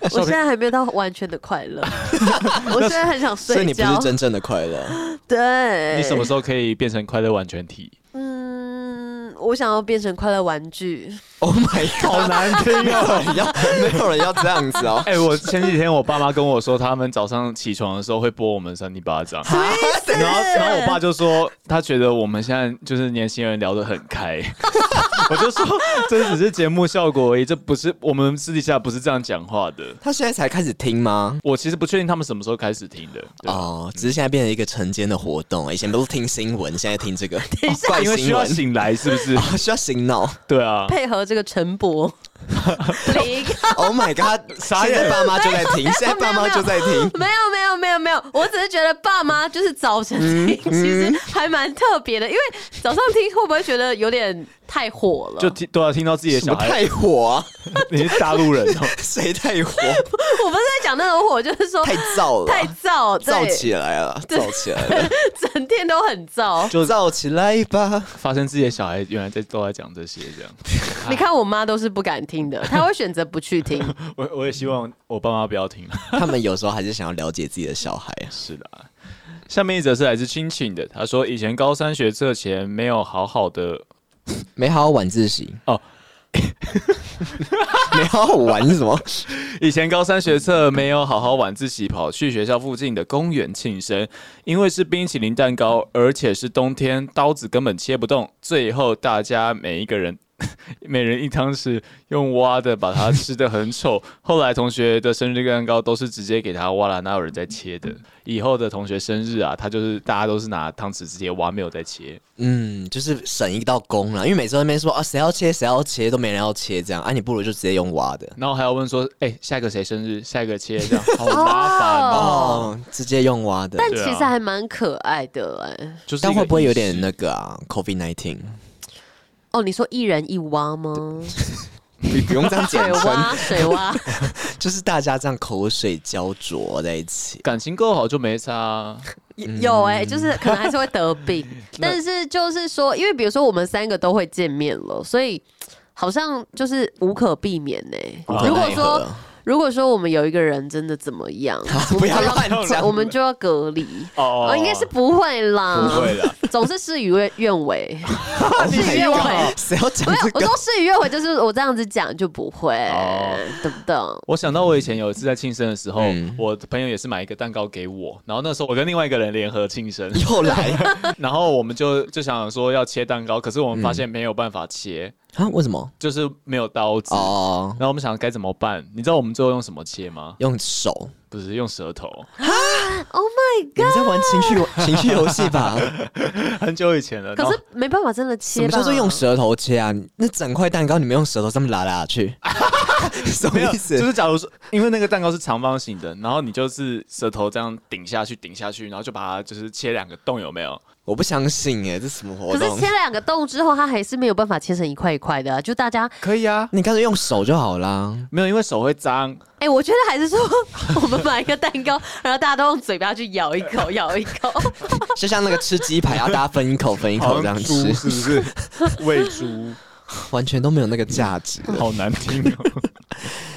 A: 我现在还没有到完全的快乐，我现在很想
C: 所以
A: 睡
C: 你不是
A: 觉。
C: 真正的快乐，哎
A: 对，
B: 你什么时候可以变成快乐完全体？
A: 嗯，我想要变成快乐玩具。
C: Oh my god，好难听
B: 啊
C: 哦！要没有人要这样子哦。
B: 哎、我前几天我爸妈跟我说，他们早上起床的时候会拨我们三地巴掌， 然后然后我爸就说，他觉得我们现在就是年轻人聊得很开。 我就说，这只是节目效果而已，这不是我们私底下不是这样讲话的。
C: 他现在才开始听吗？
B: 我其实不确定他们什么时候开始听的，对吧？
C: 哦，只是现在变成一个晨间的活动，以前都是听新闻，现在听这个哦怪
B: 啊因为需
C: 新
B: 要
C: 闻，
B: 醒来，是不是？
C: 哦 需要醒脑。
B: 对
C: 哦
B: 啊，
A: 配合这个陈博，零
C: Oh my god！
B: 傻
C: 现
B: 眼
C: 在爸妈就在听，现在爸妈就在听。
A: 没有没有没有没有，我只是觉得爸妈就是早晨
C: 嗯
A: 听，其实还蛮特别的，因为早上听会不会觉得有点太火了？
B: 就听都要听到自己的
C: 什么
B: 小孩，
C: 太火啊？
B: 你是大陆人哦。
C: 谁太火？
A: 我不是在讲那种火，就是说
C: 太燥了，
A: 太燥，
C: 燥
A: 对，
C: 起来了，燥起来了，
A: 整天都很燥。
C: 就燥起来吧。
B: 发现自己的小孩原来在都在讲这些， 这样。
A: 你看我妈都是不敢听的，她会选择不去 听。
B: 我我也希望我爸妈不要听。
C: 他们有时候还是想要了解自己的小孩。
B: 是的啊。下面一则是来自亲亲的，他说以前高三学测前没有好好的，
C: 没好好晚自习
B: 哦，
C: 没好好玩是什么？
B: 以前高三学测没有好好晚自习，跑去学校附近的公园庆生，因为是冰淇淋蛋糕，而且是冬天，刀子根本切不动，最后大家每一个人。 每人一汤匙，用挖的把它吃的很丑。后来同学的生日蛋糕都是直接给他挖了，哪有人在切的？以后的同学生日啊，他就是大家都是拿汤匙直接挖，没有在切。
C: 嗯，就是省一道工啦，因为每次在那边说啊，谁要切谁要切，都没人要切这样啊，你不如就直接用挖的
B: 然后还要问说，哎、下一个谁生日？下一个切这 样，好麻烦哦。
C: 哦，直接用挖的。
A: 但
B: 对
A: 其
B: 啊
A: 实还蛮可爱的哎、
B: 就是一
C: 但
B: 个
C: 会不会有点
B: 仪式？
C: 那个啊？COVID nineteen，
A: 哦，你说一人一蛙吗？
C: 你不用这样简
A: 水
C: 称，
A: 蛙，水蛙。
C: 就是大家这样口水焦灼在一起。
B: 感情够好就没差、 啊，
A: 有
C: 嗯
A: 哎、就是可能还是会得病，但是就是说，因为比如说我们三个都会见面了，所以好像就是无可避免呢、
C: 可
A: 哦如果
C: 奈
A: 说
C: 何
A: 如果说我们有一个人真的怎么样，我
C: 不
A: 们
C: 要
A: 就
C: 乱讲
A: 我们就要隔离。
B: 哦
A: 哦，应该是不会啦，
B: 不会啦，
A: 总是事与愿愿 违。事与愿违，
C: 哦谁要讲
A: 没有
C: 这，
A: 我
C: 个
A: 说？事与愿违，就是我这样子讲就不会
B: 哦，
A: 懂不懂？
B: 我想到我以前有一次在庆生的时候，
C: 嗯
B: 我的朋友也是买一个蛋糕给我，然后那时候我跟另外一个人联合庆 生，
C: 又来
B: 然后我们就就想说要切蛋糕，可是我们发现没有办法切，
C: 啊？为什么？
B: 就是没有刀子。
C: 哦，
B: 然后我们想该怎么办？你知道我们最后用什么切吗？
C: 用手。
B: 不是用舌头，
A: Oh my！
C: 你们在玩情绪游情绪游 戏吧？
B: 很久以前了。然
A: 可
B: 后
A: 是没办法，真的
C: 哦什
A: 切
C: 么
A: 吧
C: 叫做用舌头切啊？那整块蛋糕你们用舌头这么拉来拉 去，什 么
B: 没有，
C: 意思？
B: 就是假如说，因为那个蛋糕是长方形的，然后你就是舌头这样顶下去，顶下去，然后就把它就是切两个洞，有没有？
C: 我不相信哎、这什么活
A: 可
C: 动
A: 是切？两个洞之后，它还是没有办法切成一块一块的啊、就大家，
B: 可以啊，
C: 你干脆用手就好啦。
B: 没有，因为手会 脏。
A: 哎、我觉得还是说我们买一个蛋糕，然后大家都用嘴巴去咬一口，咬一口。
C: 就像那个吃鸡排啊，大家分一口分一口这样吃，
B: 不是？ 喂猪，
C: 完全都没有那个价值。
B: 好难听哦。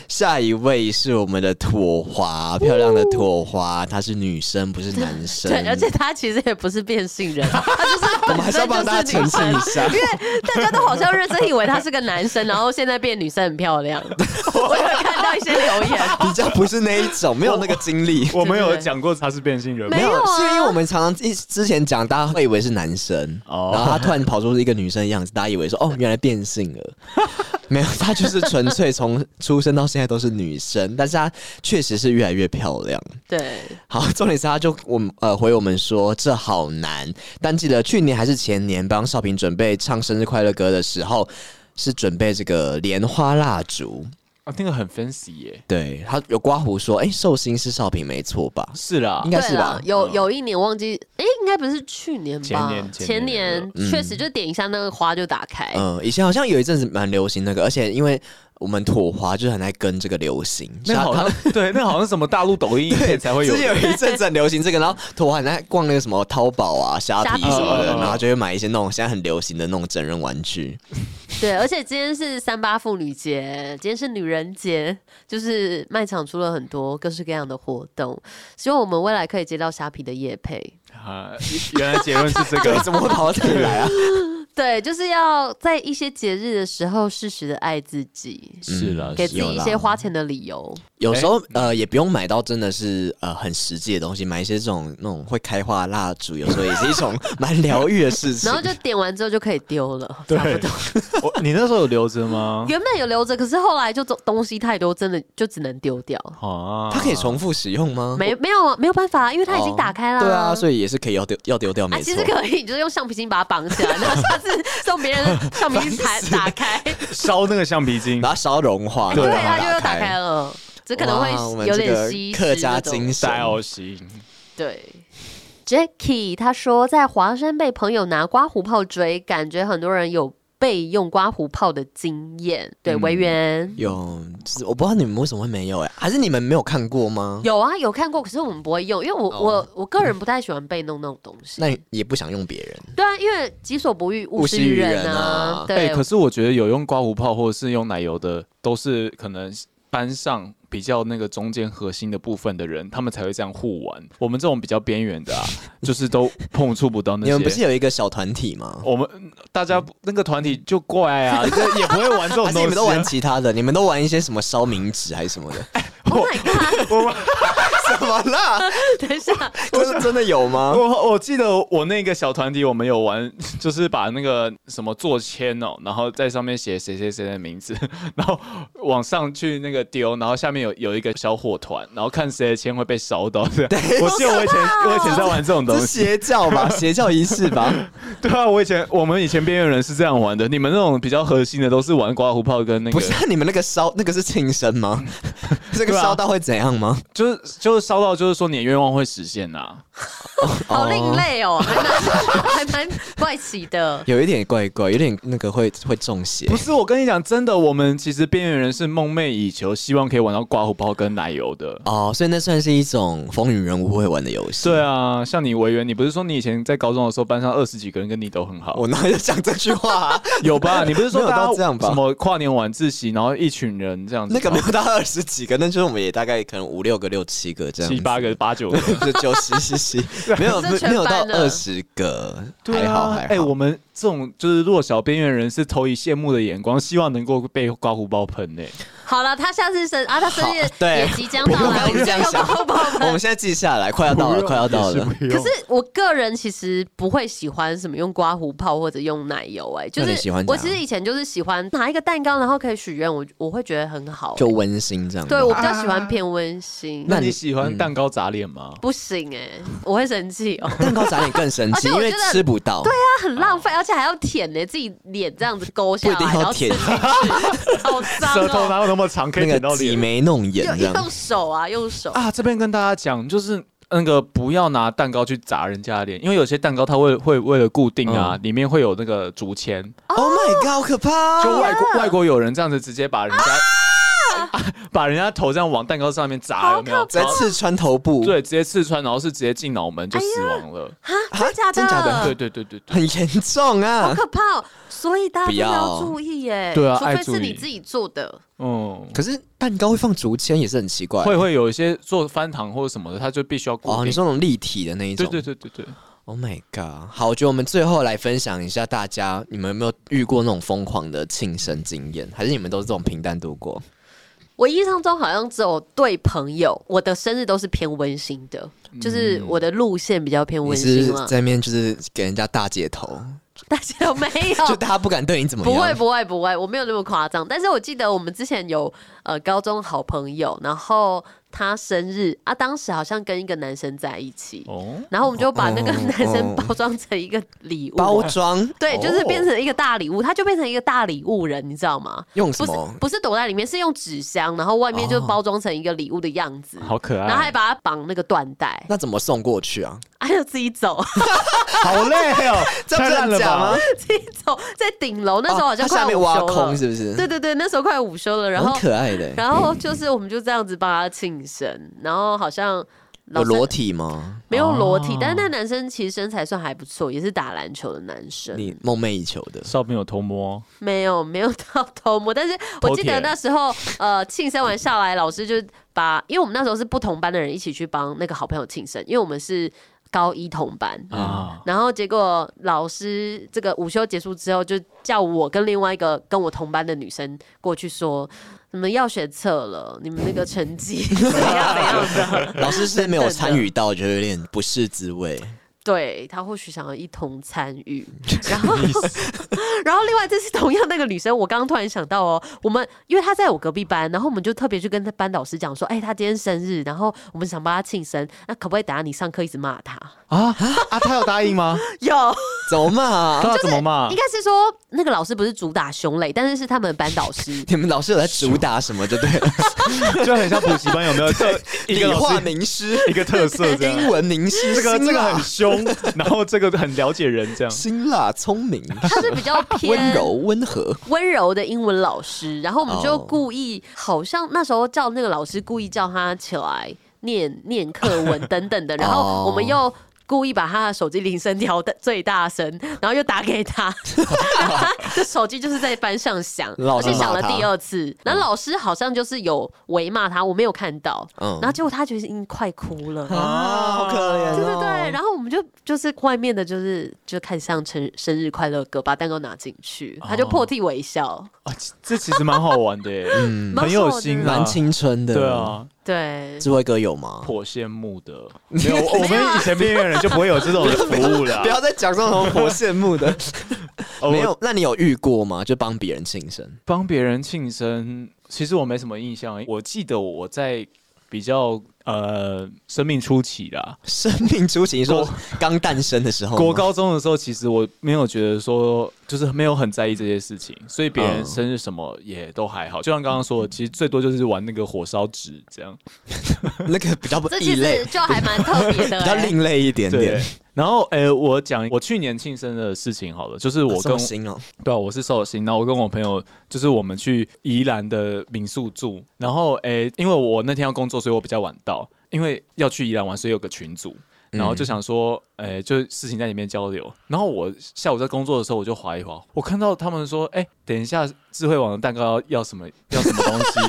C: 下一位是我们的朵花，漂亮的朵花，她是女生不是男生
A: 对，，而且他其实也不是变性人，他就是
C: 我们还是要帮大家澄清一下，
A: 因为大家都好像认真以为他是个男生，然后现在变女生很漂 亮。我有看到一些留言，
C: 比较不是那一种，没有那个经历。
B: 我们有讲过他是变性人吗
A: 没？有啊
C: 是因为我们常常一之前讲，大家会以为是男生，
B: 哦
C: 然后他突然跑出一个女生的样子，大家以为说哦，原来变性了。 没有，她就是纯粹从出生到现在都是女生，但是她确实是越来越漂亮。
A: 对，
C: 好，重点是她就我们呃回我们说这好难，但记得去年还是前年帮少平准备唱生日快乐歌的时候，是准备这个莲花蜡烛。
B: 啊，那个很 fancy 耶。
C: 对他有刮胡说，哎、寿星是少平没错吧？
B: 是啦
C: 应，该是
A: 对
C: 吧嗯
A: 啦，？有有一年忘记，哎、应该不是去年吧？
B: 前年嗯前年
A: 前年确实就点一下那个花就打开。
C: 嗯，以前好像有一阵子蛮流行那个，而且因为我们妥华就是很爱跟这个流行，
B: 那好像对，那好像什么大陆抖音影片才会有
C: 之。前有一阵子很流行这个，然后妥华很爱逛那个什么淘宝啊、虾皮
A: 虾皮
C: 什么的，
B: 嗯嗯嗯
C: 然后就会买一些那种现在很流行的那种整人玩具，
A: 对，而且今天是三八妇女节，今天是女人节，就是卖场出了很多各式各样的活动，希望我们未来可以接到虾皮的业配。
B: 啊，原来结论是这
C: 对，
B: 个，
C: 怎么会跑到这里来啊？
A: 对，就是要在一些节日的时候适时的爱自己，
B: 是啦，哎
A: 给自己一
C: 嗯有
A: 些
C: 啦
A: 花钱的理由。
C: 有时候呃，也不用买到真的是呃很实际的东西，买一些这种那种会开花的蜡烛，有时候也是一 种蛮疗愈的事情
A: 然。后就点完之后就可以丢 了。
C: 啊
B: 对，我你那时候有留着吗？
A: 原本有留着，可是后来就东东西太多，真的就只能丢掉。
C: 哦
B: 啊，
C: 它可以重复使用吗？
A: 没没有没有办法，因为它已经打开啦。
C: 对啊，所以也是可以要丢要丢掉，
A: 啊，
C: 没
A: 其
C: 错
A: 实。可以，你就是用橡皮筋把它绑 起来，然后下次送别人 的橡皮筋才打开，
B: 烧那个橡皮筋
C: 把，它烧融 化，
A: 对，
C: 然后
A: 它
C: 把
A: 就
C: 它
A: 又
C: 打
A: 打开。了。这可能
C: 哇我
A: 会
C: 们
A: 有
C: 这
A: 点
C: 个
A: 稀释
C: 客家
A: 那种
C: 精神
B: 戴，奥型，
A: 对。Jacky 他说，在华山被朋友拿刮胡泡追，感觉很多人有被用刮胡泡的经验。对，维园
C: 有，就是我不知道你们为什么会没有哎、还是你们没有看过吗？
A: 有啊，有看过，可是我们不会用，因为我、我我个人不太喜欢被哦弄那种东西。
C: 那你也不想用别人，
A: 对啊，因为己所不欲，勿
C: 勿
A: 施
C: 施
A: 于
C: 于
A: 人
C: 人
A: 啊。
C: 啊
A: 对，
B: 哎可是我觉得有用刮胡泡或者是用奶油的，都是可能班上比较那个中间核心的部分的人，他们才会这样互玩。我们这种比较边缘的啊，就是都碰触不到那
C: 你们不是
B: 些。
C: 有一个小团体吗？
B: 我们大家那个团体就怪啊，这也不会玩这种 东
C: 还是
B: 西啊。
C: 你们都玩其他的？你们都玩一些什么烧冥纸还是 什么的？
A: Oh my god！
C: 怎么啦？
A: 等一下，
C: 这是真的有吗？
B: 我我记得我那个小团体，我们有玩， 就是把那个什么做签哦，然后在上面写谁谁谁的名字， 然后往上去那个丢，然后下面有有一个小火团，然后看谁的签会被烧到。 对，我记得我以前我以前在玩这种
C: 哦这
B: 东
C: 是
B: 西，
C: 邪 教吧？邪教仪式吧？
B: 对啊，我以前我们以前边缘人是这样玩的，你们那种比较核心的都是玩刮胡泡跟那个
C: 不，是啊你们那个烧那个是庆生吗？这个
B: 对啊
C: 烧到会怎样吗？
B: 就是就是烧到就是说你的愿望会实现啊呐、
A: 好另类哦，还蛮还蛮 怪奇的。
C: 有一点怪怪，有点那个会会中邪
B: 不。是，我跟你讲，真的，我们其实边缘人是梦寐以求，希望可以玩到刮胡泡跟奶油的。
C: 哦，所以那算是一种风云人物会玩的游戏。
B: 对啊，像你维园，你不是说你以前在高中的时候，班上二十几个人跟你都很好，
C: 我哪有讲这句话、啊？
B: 有吧？你不是说
C: 没有
B: 大
C: 到
B: 家
C: 这样吧
B: 什么跨年晚自习，然后一群人这样子，
C: 那个没有到二十几个，那就是我们也大概可能五六个、六七个这样子，
B: 七八个、八九个，
C: 就九十嘻嘻，没有
A: 这全班
C: 没有到
A: 了
C: 二十个，
B: 对
C: 还好
B: 啊
C: 还好。，
B: 哎，我们这种就是弱小边缘人是投以羡慕的眼光，希望能够被刮胡包喷呢。
A: 好了，他下次生啊，他生日
C: 好对
A: 也即将到
C: 不
A: 来，
C: 用
A: 们
C: 这样
A: 要
C: 想
A: 抱抱
C: 我
A: 们
C: 们现在记下来，快要到了，快要到了。
B: 可
A: 可是我个人其实不会喜欢什么用刮胡泡或者用奶油、哎，就
C: 那
A: 是
C: 你喜欢
A: 我
C: 怎
A: 其
C: 样
A: 实以前就是喜欢拿一个蛋糕，然后可以许愿，我我会觉得很好、
C: 就
A: 哎
C: 温馨这样。啊
A: 对我比较喜欢偏温馨，
B: 那
C: 那
B: 你
C: 你
B: 喜欢蛋糕砸脸吗？
A: 不行哎、我会生气哦、
C: 蛋糕砸脸更神
A: 而且
C: 奇，
A: 我
C: 因为
A: 觉得
C: 吃不到，对啊，
A: 它很浪费，而且还要舔呢、自己脸这样子勾下
C: 不一
A: 来，
C: 定
A: 然
C: 要
A: 后
C: 舔
A: 好脏
B: 舌头
A: 哦、
B: 哪有那么长，可以
C: 那
B: 舔到
C: 个挤
B: 脸？
C: 眉弄眼
A: 用
C: 这样。
A: 用手啊，用手。
B: 啊，这边跟大家讲，就是那个不要拿蛋糕去砸人家的脸，因为有些蛋糕它会会为了固定
C: 嗯
B: 啊，里面会有那个竹签，
C: Oh my god，好可怕
B: 就
C: 哦！
B: 外国、外国有人这样子直接把人家、啊 把人家头这样往蛋糕上面砸，有没有？
C: 直接
B: 然后
C: 刺穿头部，
B: 对，直接刺穿，然后是直接进脑门就死亡了。
C: 啊，
A: 假的
C: 真假的，
B: 对对对对对。
C: 哎很严重
A: 好
C: 啊。
A: 可怕、哦，所以大家
C: 不
A: 真的要
C: 要
A: 注意耶。
B: 对啊
A: 除
B: 爱
A: 非
B: 注
A: 是你
B: 意
A: 自己做的，
B: 嗯，
C: 可是蛋糕会放竹签也是很奇怪。
B: 会会有一些做翻糖或者什么的，它就必须要固定。
C: 哦，你说那种立体的那一
B: 对
C: 种。
B: 对对对对，
C: Oh my god！好，我觉得我们最后来分享一下，大家你们有没有遇过那种疯狂的庆生经验？还是你们都是这种平淡度过？
A: 我印象中好像只有对朋友，我的生日都是偏温馨的，就是我的路线比较偏
C: 嗯你
A: 温
C: 是
A: 馨 了。
C: 在面就是给人家大姐头，
A: 大家都没
C: 就
A: 有。
C: 大家不敢对你怎么
A: 不
C: 样？
A: 会不会不会，我没有那么夸张。但是我记得我们之前有呃高中好朋友，然后他生日啊，当时好像跟一个男生在一起，
B: 哦，
A: 然后我们就把那个
C: 哦
A: 男生
C: 哦
A: 包装成一个礼物，
C: 包装
A: 对，就是变
C: 哦
A: 成一个大礼物，他就变成一个大礼物人，你知道吗？
C: 用什
A: 不是
C: 么？哦
A: 不是躲在里面，是用纸箱，然后外面就包装成一个礼物的样子，
B: 好可
A: 然后还
B: 爱，
A: 把它绑那个缎带，
C: 那怎么送过去啊？
A: 哎呀，自己走，
B: 好累哦，
C: 这样
B: 太
C: 不是
B: 烂
C: 很
B: 了
C: 假吗
B: 吧？？
A: 自己走，在顶楼那时候好像
C: 哦它
A: 快
C: 下
A: 午
C: 面挖
A: 休
C: 空
A: 了，
C: 是不是？
A: 对对对，那时候快午休了，然后
C: 很可爱的欸。
A: 然后就是我们就这样子帮他庆生，然后好像老
C: 有
A: 三
C: 裸体吗？
A: 没有裸体，但是那男生其实身材算还不错，也是打篮球的男生。
C: 你梦寐以求的，
B: 少平有偷摸，
A: 没有 没有到偷摸，但是我记
B: 偷
A: 得
B: 舔
A: 那时候，呃，庆生完下来，老师就把，因为我们那时候是不同班的人一起去帮那个好朋友庆生，因为我们是高一同班
B: 啊
A: 然后结果老师这个午休结束之后，就叫我跟另外一个跟我同班的女生过去说，你们要选测了，你们那个成绩怎样怎样的。
C: 老师是没有参与到，觉得有点不是滋味。
A: 对他或许想要一同参 与，然后， 然后另外这是同样那个女生，我刚刚突然想到哦，我们因为她在我隔壁班，然后我们就特别去跟她班导师讲说，哎，她今天生日，然后我们想帮她庆生，那可不可以等下你上课一直骂她？
B: 啊啊！他有答应吗？
A: 有，
C: 怎么嘛？，
B: 他怎么骂
A: 应？该是说那个老师不是主打凶类，但是是他们班导师
C: 你们老师有在主打什么？就对 了，
B: 就很像补习班有没 有特一
C: 理
B: 个老
C: 化
B: 师
C: 名师、
B: 一个特色这
C: 英
B: 样？
C: 文名师，
B: 这个
C: 辛
B: 这个
C: 辣
B: 很凶，然后这个很了解人这样。
C: 辛辣、聪明、
A: 他是比较偏
C: 温柔、温和。
A: 温柔的英文老师，然后我们就
C: 哦
A: 故意，好像那时候叫那个老师故意叫他起来念念课文等等的，然
C: 哦
A: 后我们又。故意把他的手机铃声调的最大声，然后又打给 他，这手机就是在班上响，
C: 老
A: 而
C: 师
A: 且响了
C: 骂他嗯
A: 第二次。然后老师好像就是有围骂他，我没有看到。
C: 嗯
A: 然后结果他觉得已经快哭 了，
C: 啊，好可怜、哦，
A: 对对对，然后我们就就是外面的，就是就看像生生日快乐歌，把蛋糕拿进去，他
C: 哦
A: 就破涕为笑。
B: 啊，这这其实蛮好玩的 耶，
C: 嗯，
A: 蛮
B: 很有心啊
C: 蛮。青春的。
B: 对，啊，
A: 对，
C: 智慧哥有吗？
B: 颇羡慕的。 没有，啊我们以前边缘人就不会有这种服 务啦
C: 不。要再讲这种我羡慕的。
B: 哦
C: 没有，那你有遇过吗？就帮别人庆生，
B: 帮别人庆生，其实我没什么印象。我记得我在比较呃生命初期啦，
C: 生命初期，你说
B: 国
C: 刚诞生的时候吗，
B: 国高中的时候，其实我没有觉得说，就是没有很在意这些事情，所以别人
C: 嗯
B: 生日什么也都还好。就像刚刚说的，其实最多就是玩那个火烧纸这样。
C: 那个比较
A: 这
C: 异
A: 其
C: 类
A: 实，就还蛮特别 的、
C: 比较
A: 欸。
C: 另类一点
B: 对
C: 点。。
B: 然后，诶、我讲我去年庆生的事情好了，就是我
C: 这
B: 跟、
C: 么新哦，
B: 对啊、我是寿星，然后我跟我朋友就是我们去宜兰的民宿住，然后诶、因为我那天要工作，所以我比较晚到，因为要去宜兰玩，所以有个群组。然后就想说，诶、就事情在里面交流。然后我下午在工作的时候，我就划一划，我看到他们说，诶、等一下智慧网的蛋糕要要什么要什么东西，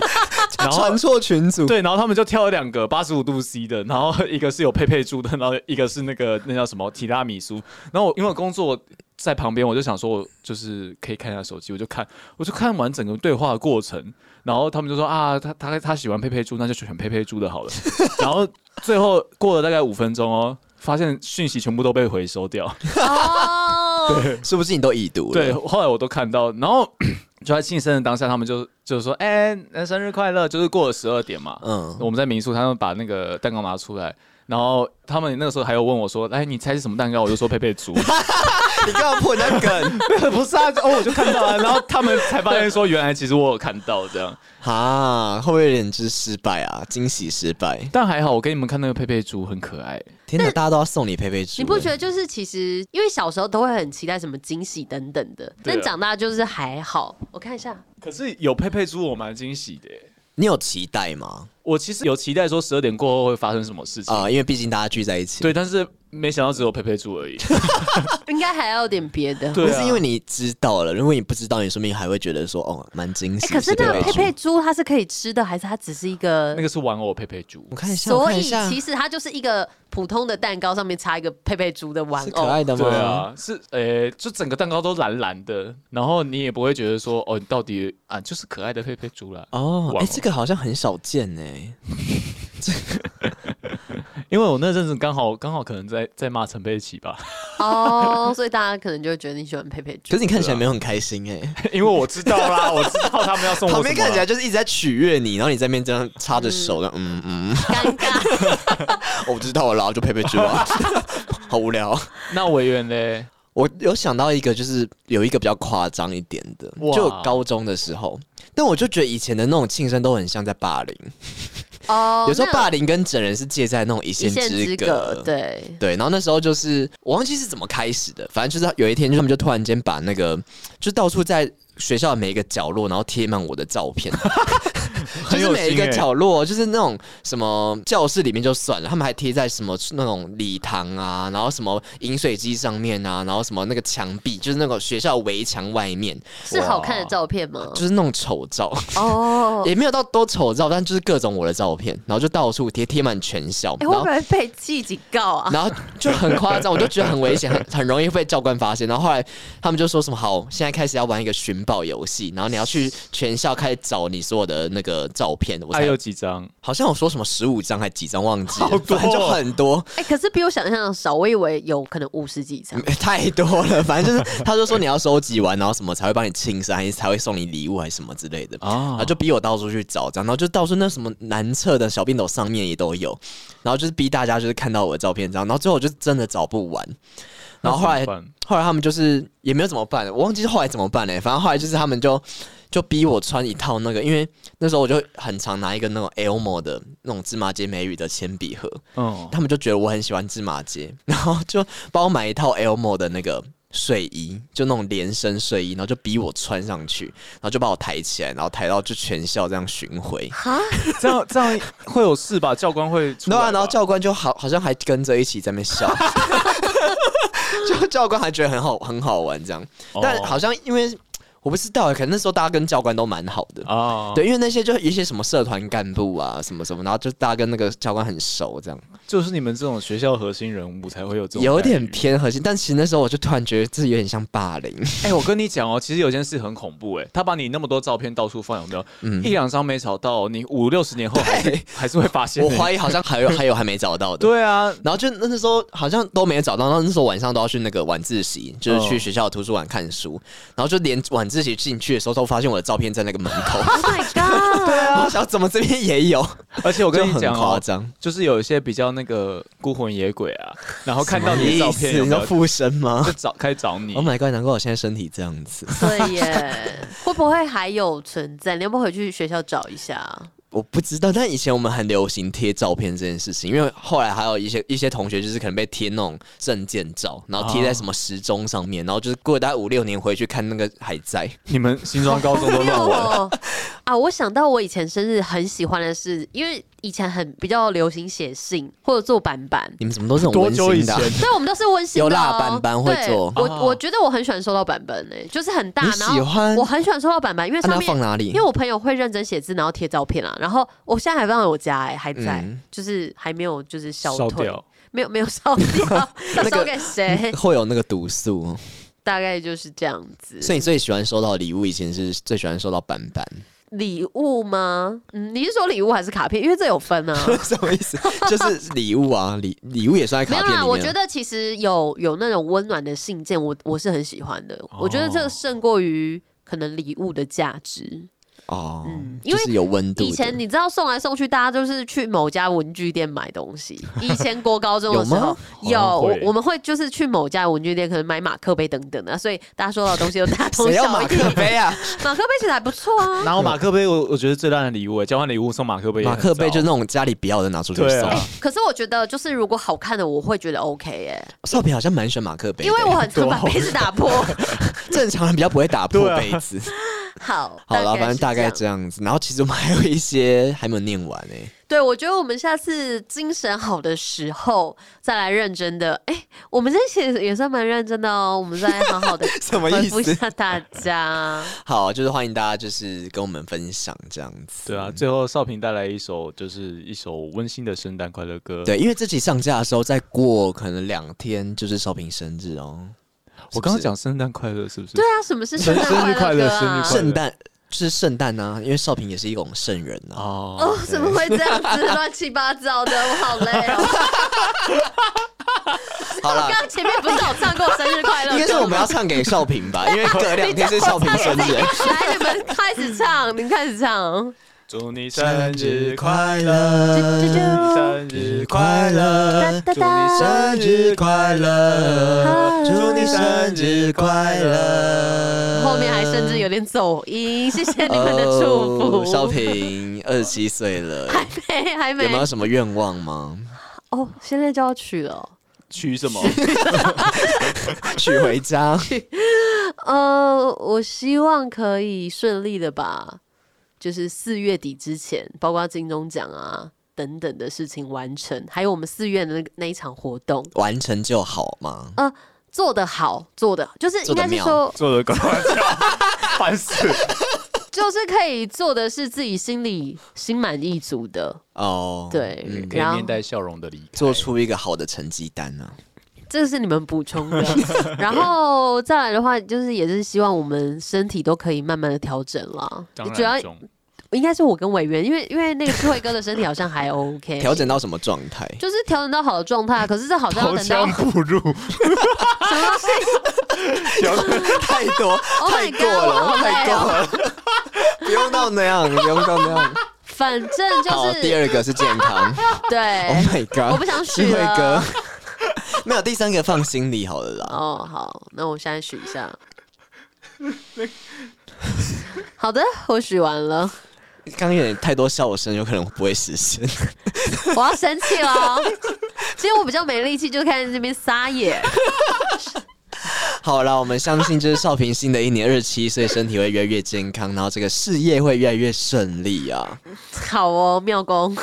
B: 然后
C: 传错群组，
B: 对，然后他们就挑了两个八十五度 C 的，然后一个是有佩佩猪的，然后一个是那个那叫什么提拉米苏。然后我因为我工作在旁边，我就想说，我就是可以看一下手机，我就看，我就看完整个对话的过程。然后他们就说啊，他他他喜欢佩佩猪，那就选佩佩猪的好了。 然后最后过了大概五分钟哦，发现讯息全部都被回收掉。
A: 哦，
C: 是不是你都已读了？
B: 对，，后来我都看到，然后 就在庆生的当下，他们就就说：“哎、那生日快乐！”就是过了十二点嘛，
C: 嗯
B: 嗯，我们在民宿，他们把那个蛋糕拿出来，然后他们那个时候还有问我说：“哎，你猜是什么蛋糕？”我就说佩佩猪，
C: 你干嘛破人家梗？
B: 不是啊，哦，我就看到了，然后他们才发现说，原来其实我有看到这样，
C: 哈，会不会有点就是失败啊？惊喜失败？
B: 但还好，我给你们看那个佩佩猪很可爱，
C: 天哪，大家都要送你佩佩猪，
A: 你不觉得就是其实因为小时候都会很期待什么惊喜等等的，
B: 对啊
A: 但长大就是还好。我看一下，
B: 可是有佩佩猪，我蛮惊喜的耶。欸
C: 你有期待吗？
B: 我其实有期待说十二点过后会发生什么事情，
C: 啊、因为毕竟大家聚在一起，
B: 对，但是没想到只有佩佩猪而已。
A: 应该还要有点别 的。
B: 对
C: 不
B: 啊
C: 是因为你知道了，如果你不知道，你说明还会觉得说哦，蛮惊喜。
A: 哎，可是那
C: 佩
A: 个佩
C: 佩猪
A: 佩猪它是可以吃的，还是它只是一个
B: 那？个是玩偶佩佩猪
C: 我，看一下，我
A: 所
C: 看
A: 以
C: 一下
A: 其实它就是一个普通的蛋糕，上面插一个佩佩猪的玩
C: 是可
A: 偶。
C: 爱的吗？
B: 对啊，是呃、就整个蛋糕都蓝蓝的，然后你也不会觉得说，哦，你到底啊，就是可爱的佩佩猪啦。
C: 哦，
B: 哇啊
C: 哎、这个好像很少见哎、
B: 因为我那阵子刚好刚好可能在在骂陈佩琪吧，
A: 哦，所以大家可能就会觉得你喜欢佩佩
C: 可
A: 猪
C: 是。你看起来没有很开心哎、
B: 因为我知道 啦，我知道他们要送
C: 旁
B: 我
C: 边
B: 什
C: 看
B: 么啊
C: 起来
B: 啦。
C: 就是一直在取悦你，然后你在那边这样插着手的，嗯嗯，
A: 尴尬。
C: 哦我知道了，然后就佩佩猪啊， 好无聊。
B: 那委员嘞，
C: 我有想到一个，就是有一个比较夸张一点的，
B: 哇
C: 就我高中的时候，但我就觉得以前的那种庆生都很像在霸凌，
A: 哦
C: 有时候
A: 那
C: 霸凌跟整人是界在那种一
A: 一
C: 线
A: 线之
C: 隔
A: 隔，。对，
C: 对，然后那时候就是我忘记是怎么开始的，反正就是有一天，就他们就突然间把那个，就到处在学校的每一个角落，然后贴满我的照 片，就
B: 很
C: 是
B: 有
C: 每一个
B: 心欸
C: 角落，就是那种什么教室里面就算了，他们还贴在什么那种礼堂啊，然后什么饮水机上面啊，然后什么那个墙壁，就是那个学校围墙外面，
A: 是好看的照片吗？
C: 就是那种丑照，
A: 哦，
C: 也没有到多丑照，但就是各种我的照片，然后就到处贴，贴满全校，
A: 哎，
C: 然
A: 会不
C: 后。
A: 会被记警告啊？
C: 然后就很夸张，我就觉得很危险，很很容易被教官发现。然后后来他们就说什么好，现在开始要玩一个寻宝游戏，然后你要去全校开始找你所有的那个照片。我
B: 还
C: 才
B: 有几张？
C: 好像有说什么十五张还几张忘记了，
B: 哎好多哦
C: 反正就很多，
A: 哎，可是比我想象的少，我以为有可能五十几张。
C: 太多了。反正就是他就说你要收集完，然后什么才会帮你庆生，还是才会送你礼物，还是什么之类的。
B: 哦
C: 然啊后就逼我到处去找，这样然后就到处那什么男厕的小便斗上面也都有，然后就是逼大家就是看到我的照片这样，然后最后我就真的找不完。然后后来
B: 那怎么办
C: 后来他们就是也没有怎么办，我忘记是后来怎么办嘞、反正后来就是他们就就逼我穿一套那个，因为那时候我就很常拿一个那种 Elmo 的那种芝麻街美语的铅笔盒，
B: 嗯，
C: 他们就觉得我很喜欢芝麻街，然后就帮我买一套 Elmo 的那个睡衣，就那种连身睡衣，然后就逼我穿上去，然后就把我抬起来，然后抬到就全校这样巡回。
A: 哈，
B: 这样这样会有事吧？教官会出
C: 对
B: 来吧
C: 啊，然后教官就好好像还跟着一起在那边笑， 就教官还觉得很好很好玩这样，但
B: 哦
C: 好像因为我不知道，可能那时候大家跟教官都蛮好的。
B: 啊，
C: 对，因为那些就有一些什么社团干部啊，什么什么，然后就大家跟那个教官很熟，这样
B: 就是你们这种学校核心人物才会有这种
C: 有
B: 待遇
C: 点偏核心。但其实那时候我就突然觉得自己有点像霸凌，
B: 哎、我跟你讲哦，其实有件事很恐怖哎、他把你那么多照片到处放，有没有？
C: 嗯
B: 一两张没找到，你五六十年后还是还是会发现、
C: 我
B: 疑。
C: 怀疑好像还有 还有还没找到的。
B: 对啊，
C: 然后就那那时候好像都没有找到，然后那时候晚上都要去那个晚自习，就是去
B: 哦
C: 学校的图书馆看书，然后就连晚自习进去的时候都发现我的照片在那个门口。
A: Oh my god！
C: 对啊，我想怎么这边也有？
B: 而且我
C: 我
B: 跟你
C: 很
B: 讲
C: 夸
B: 哦，
C: 张，
B: 就是有一些比较那个孤魂野鬼 啊，然后看到你的哦照片
C: 什么意思
B: 有
C: 你
B: 没有
C: 说附身吗
B: 就找开始找你。
C: ？Oh my god！难怪我现在身体这样子，
A: 对耶， 会不会还有存在？你要不要回去学校找一下啊？
C: 我不知道。但以前我们很流行贴照片这件事情，因为后来还有一些一些同学就是可能被贴那种证件照，然后贴在什么时钟上面，然后就是过了大概五六年回去看那个还在。
B: 你们新庄高中都乱 玩，
A: 哦啊！我想到我以前生日很喜欢的是，因为以前很比较流行写信或者做板板。
C: 你们怎么都是这种
B: 多
C: 温
B: 久以
C: 馨的
B: 前
C: 啊、？
A: 对，我们都是温馨的、哦。
C: 有啦板板会
A: 对
C: 做
A: 我、
B: 哦
A: 我觉得我很喜欢收到板板诶、就是很大，
C: 你
A: 然后
C: 喜欢啊
A: 我很喜欢收到板板，因为
C: 那
A: 上
C: 它
A: 面、
C: 放哪里
A: 因为我朋友会认真写字，然后贴照片啊。然后我现在还放在我家诶、还在，
C: 嗯
A: 就是还没有就是消
B: 烧
A: 退，
B: 掉。
A: 没有没有烧 掉，要
C: 那个
A: 烧给 谁？
C: 会有那个毒素，
A: 大概就是这样子。
C: 所以你最喜欢收到礼物，以前是最喜欢收到板板，
A: 礼物吗？嗯，你是说礼物还是卡片？因为这有 分啊。
C: 什么意思？就是礼物啊，礼礼物也算在
A: 没
C: 卡
A: 有
C: 片里
A: 啦，
C: 面。
A: 我觉得其实有有那种温暖的信件，我我是很喜欢的。我觉得
B: 哦
A: 这个胜过于可能礼物的价值。
C: 哦，
A: 嗯因
C: 就
A: 为
C: 是有温度的。
A: 以前你知道送来送去，大家都是去某家文具店买东 西。以前国高中的时候
B: 有吗
A: 有，
B: 好像
A: 我
B: 会
A: 我们会就是去某家文具店，可能买马克杯等等的、所以大家收到的东西都大同
C: 谁要
A: 小
C: 马
A: 异。
C: 克杯啊？
A: 马克杯其实还不错啊。
B: 然后马克杯我，我觉得最烂的礼物、哎，交换礼物送马克杯也
C: 马
B: 很糟，
C: 克杯就是那种家里不要的拿出去
B: 对
C: 送
B: 啊。
A: 可是我觉得，就是如果好看的，我会觉得 OK 哎、
C: 少平好像蛮喜欢马克杯的，
A: 因为我很常把
B: 对啊
A: 杯子打破。
C: 正常人比较不会打破
B: 对啊
C: 杯 子。
A: 好，
C: 好了，
A: 是
C: 反正大概
A: 这
C: 这
A: 样。
C: 样子。然后其实我们还有一些还没有念完欸诶。
A: 对，我觉得我们下次精神好的时候再来认真的。哎、我们这写也算蛮认真的哦，我们再好好的
C: 什么意思
A: 回复一下大 家。
C: 好，就是欢迎大家就是跟我们分享这样子。
B: 对啊，最后少平带来一首就是一首温馨的圣诞快乐歌。
C: 对，因为这集上架的时候，再过可能两天就是少平生日哦，
B: 我刚刚讲圣诞快乐是不是？
A: 对啊，什么是圣
B: 生生
A: 诞
B: 日快
A: 乐
B: 乐
A: 歌啊？
B: 生日快乐
C: 圣诞就是圣诞啊，因为少平也是一种圣人啊。
B: 哦，
A: 哦，怎么会这样子乱七八糟的？我好累哦。
C: 好
A: 我
C: 了
A: 刚，刚前面不是有唱过生日快乐歌吗？
C: 应该是我们要唱给少平吧，因为隔两天是少平生日。
A: 来，你们开始唱，你们开始唱。
B: 祝你生
C: 生
B: 日
C: 日
B: 快
C: 快
B: 乐，
C: 乐，
B: 生日快
A: 哒
B: 乐，
A: 哒
B: 祝你
A: 哒，
B: 生日快乐，祝你生日快乐。
A: 后面还甚至有点走音，谢谢你们的祝福。
C: 哦少平二十七岁了，
A: 还没，还没
C: 有没有什么愿望吗？
A: 哦，现在就要去了。
B: 取 什么？
C: 娶回家，
A: 呃，我希望可以顺利的吧，就是四月底之前，包括金钟奖啊等等的事情完成，还有我们四月的那个那一场活动，
C: 完成就好嘛。
A: 呃，做得好，做的就是应
C: 做得
A: 该是
C: 妙
A: 说，
B: 做的搞笑，烦死！
A: 就是可以做的是自己心里心满意足的，
C: 哦，，
A: 对，
B: 嗯可以
A: 然后
B: 面带笑容的离开。
C: 做出一个好的成绩单啊呢、
A: 这是你们补充的，然后再来的话，就是也是希望我们身体都可以慢慢的调整了
B: 当，然
A: 主要
B: 中
A: 应该是我跟委员，因为因为那个智慧哥的身体好像还 OK，
C: 调整到什么状 态？
A: 就是调整到好的状态，可是这好像要等到
B: 不入，
A: 什么东西
C: 太多
A: Oh my God，
C: 太过了，太过
A: 我
C: 了， 不用到那样，不用到那样。
A: 反正
C: 好
A: 就，
C: 第
A: 是
C: 二个是健康。Oh
A: 对
C: my god！
A: 我不想
C: 智
A: 许
C: 慧
A: 了
C: 哥， 没有第三个放心里好了啦。
A: 哦，好，那我现在许一 下。好的，我许完了，
C: 刚刚有点太多笑声，有可能不会实现。
A: 我要生气了哦。其实我比较没力气，就开始这边撒野。
C: 好啦，我们相信这是少平新的一年二十七岁，身体会越来越健康，然后这个事业会越来越顺利啊。
A: 好哦，妙 公，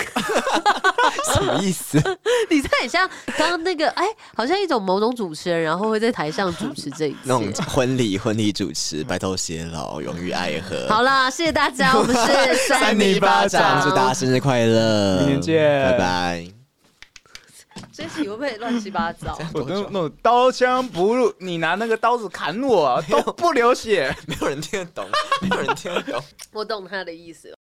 C: 什么意思？
A: 你这很像刚刚那个，哎，好像一种某种主持人，然后会在台上主持这一
C: 那种
A: 切。
C: 婚礼婚礼主持，白头偕老，永浴爱河。
A: 好啦，谢谢大家，我们是
C: 三
A: 泥
C: 米巴掌，
A: 掌，
C: 祝大家生日快乐，
B: 明年见
C: 拜拜。
A: 这题会不会乱七八糟？
B: 我那那种刀枪不入，你拿那个刀子砍我都不流血。
C: 没有人听得懂，没有人听得懂。
A: 我懂他的意思了。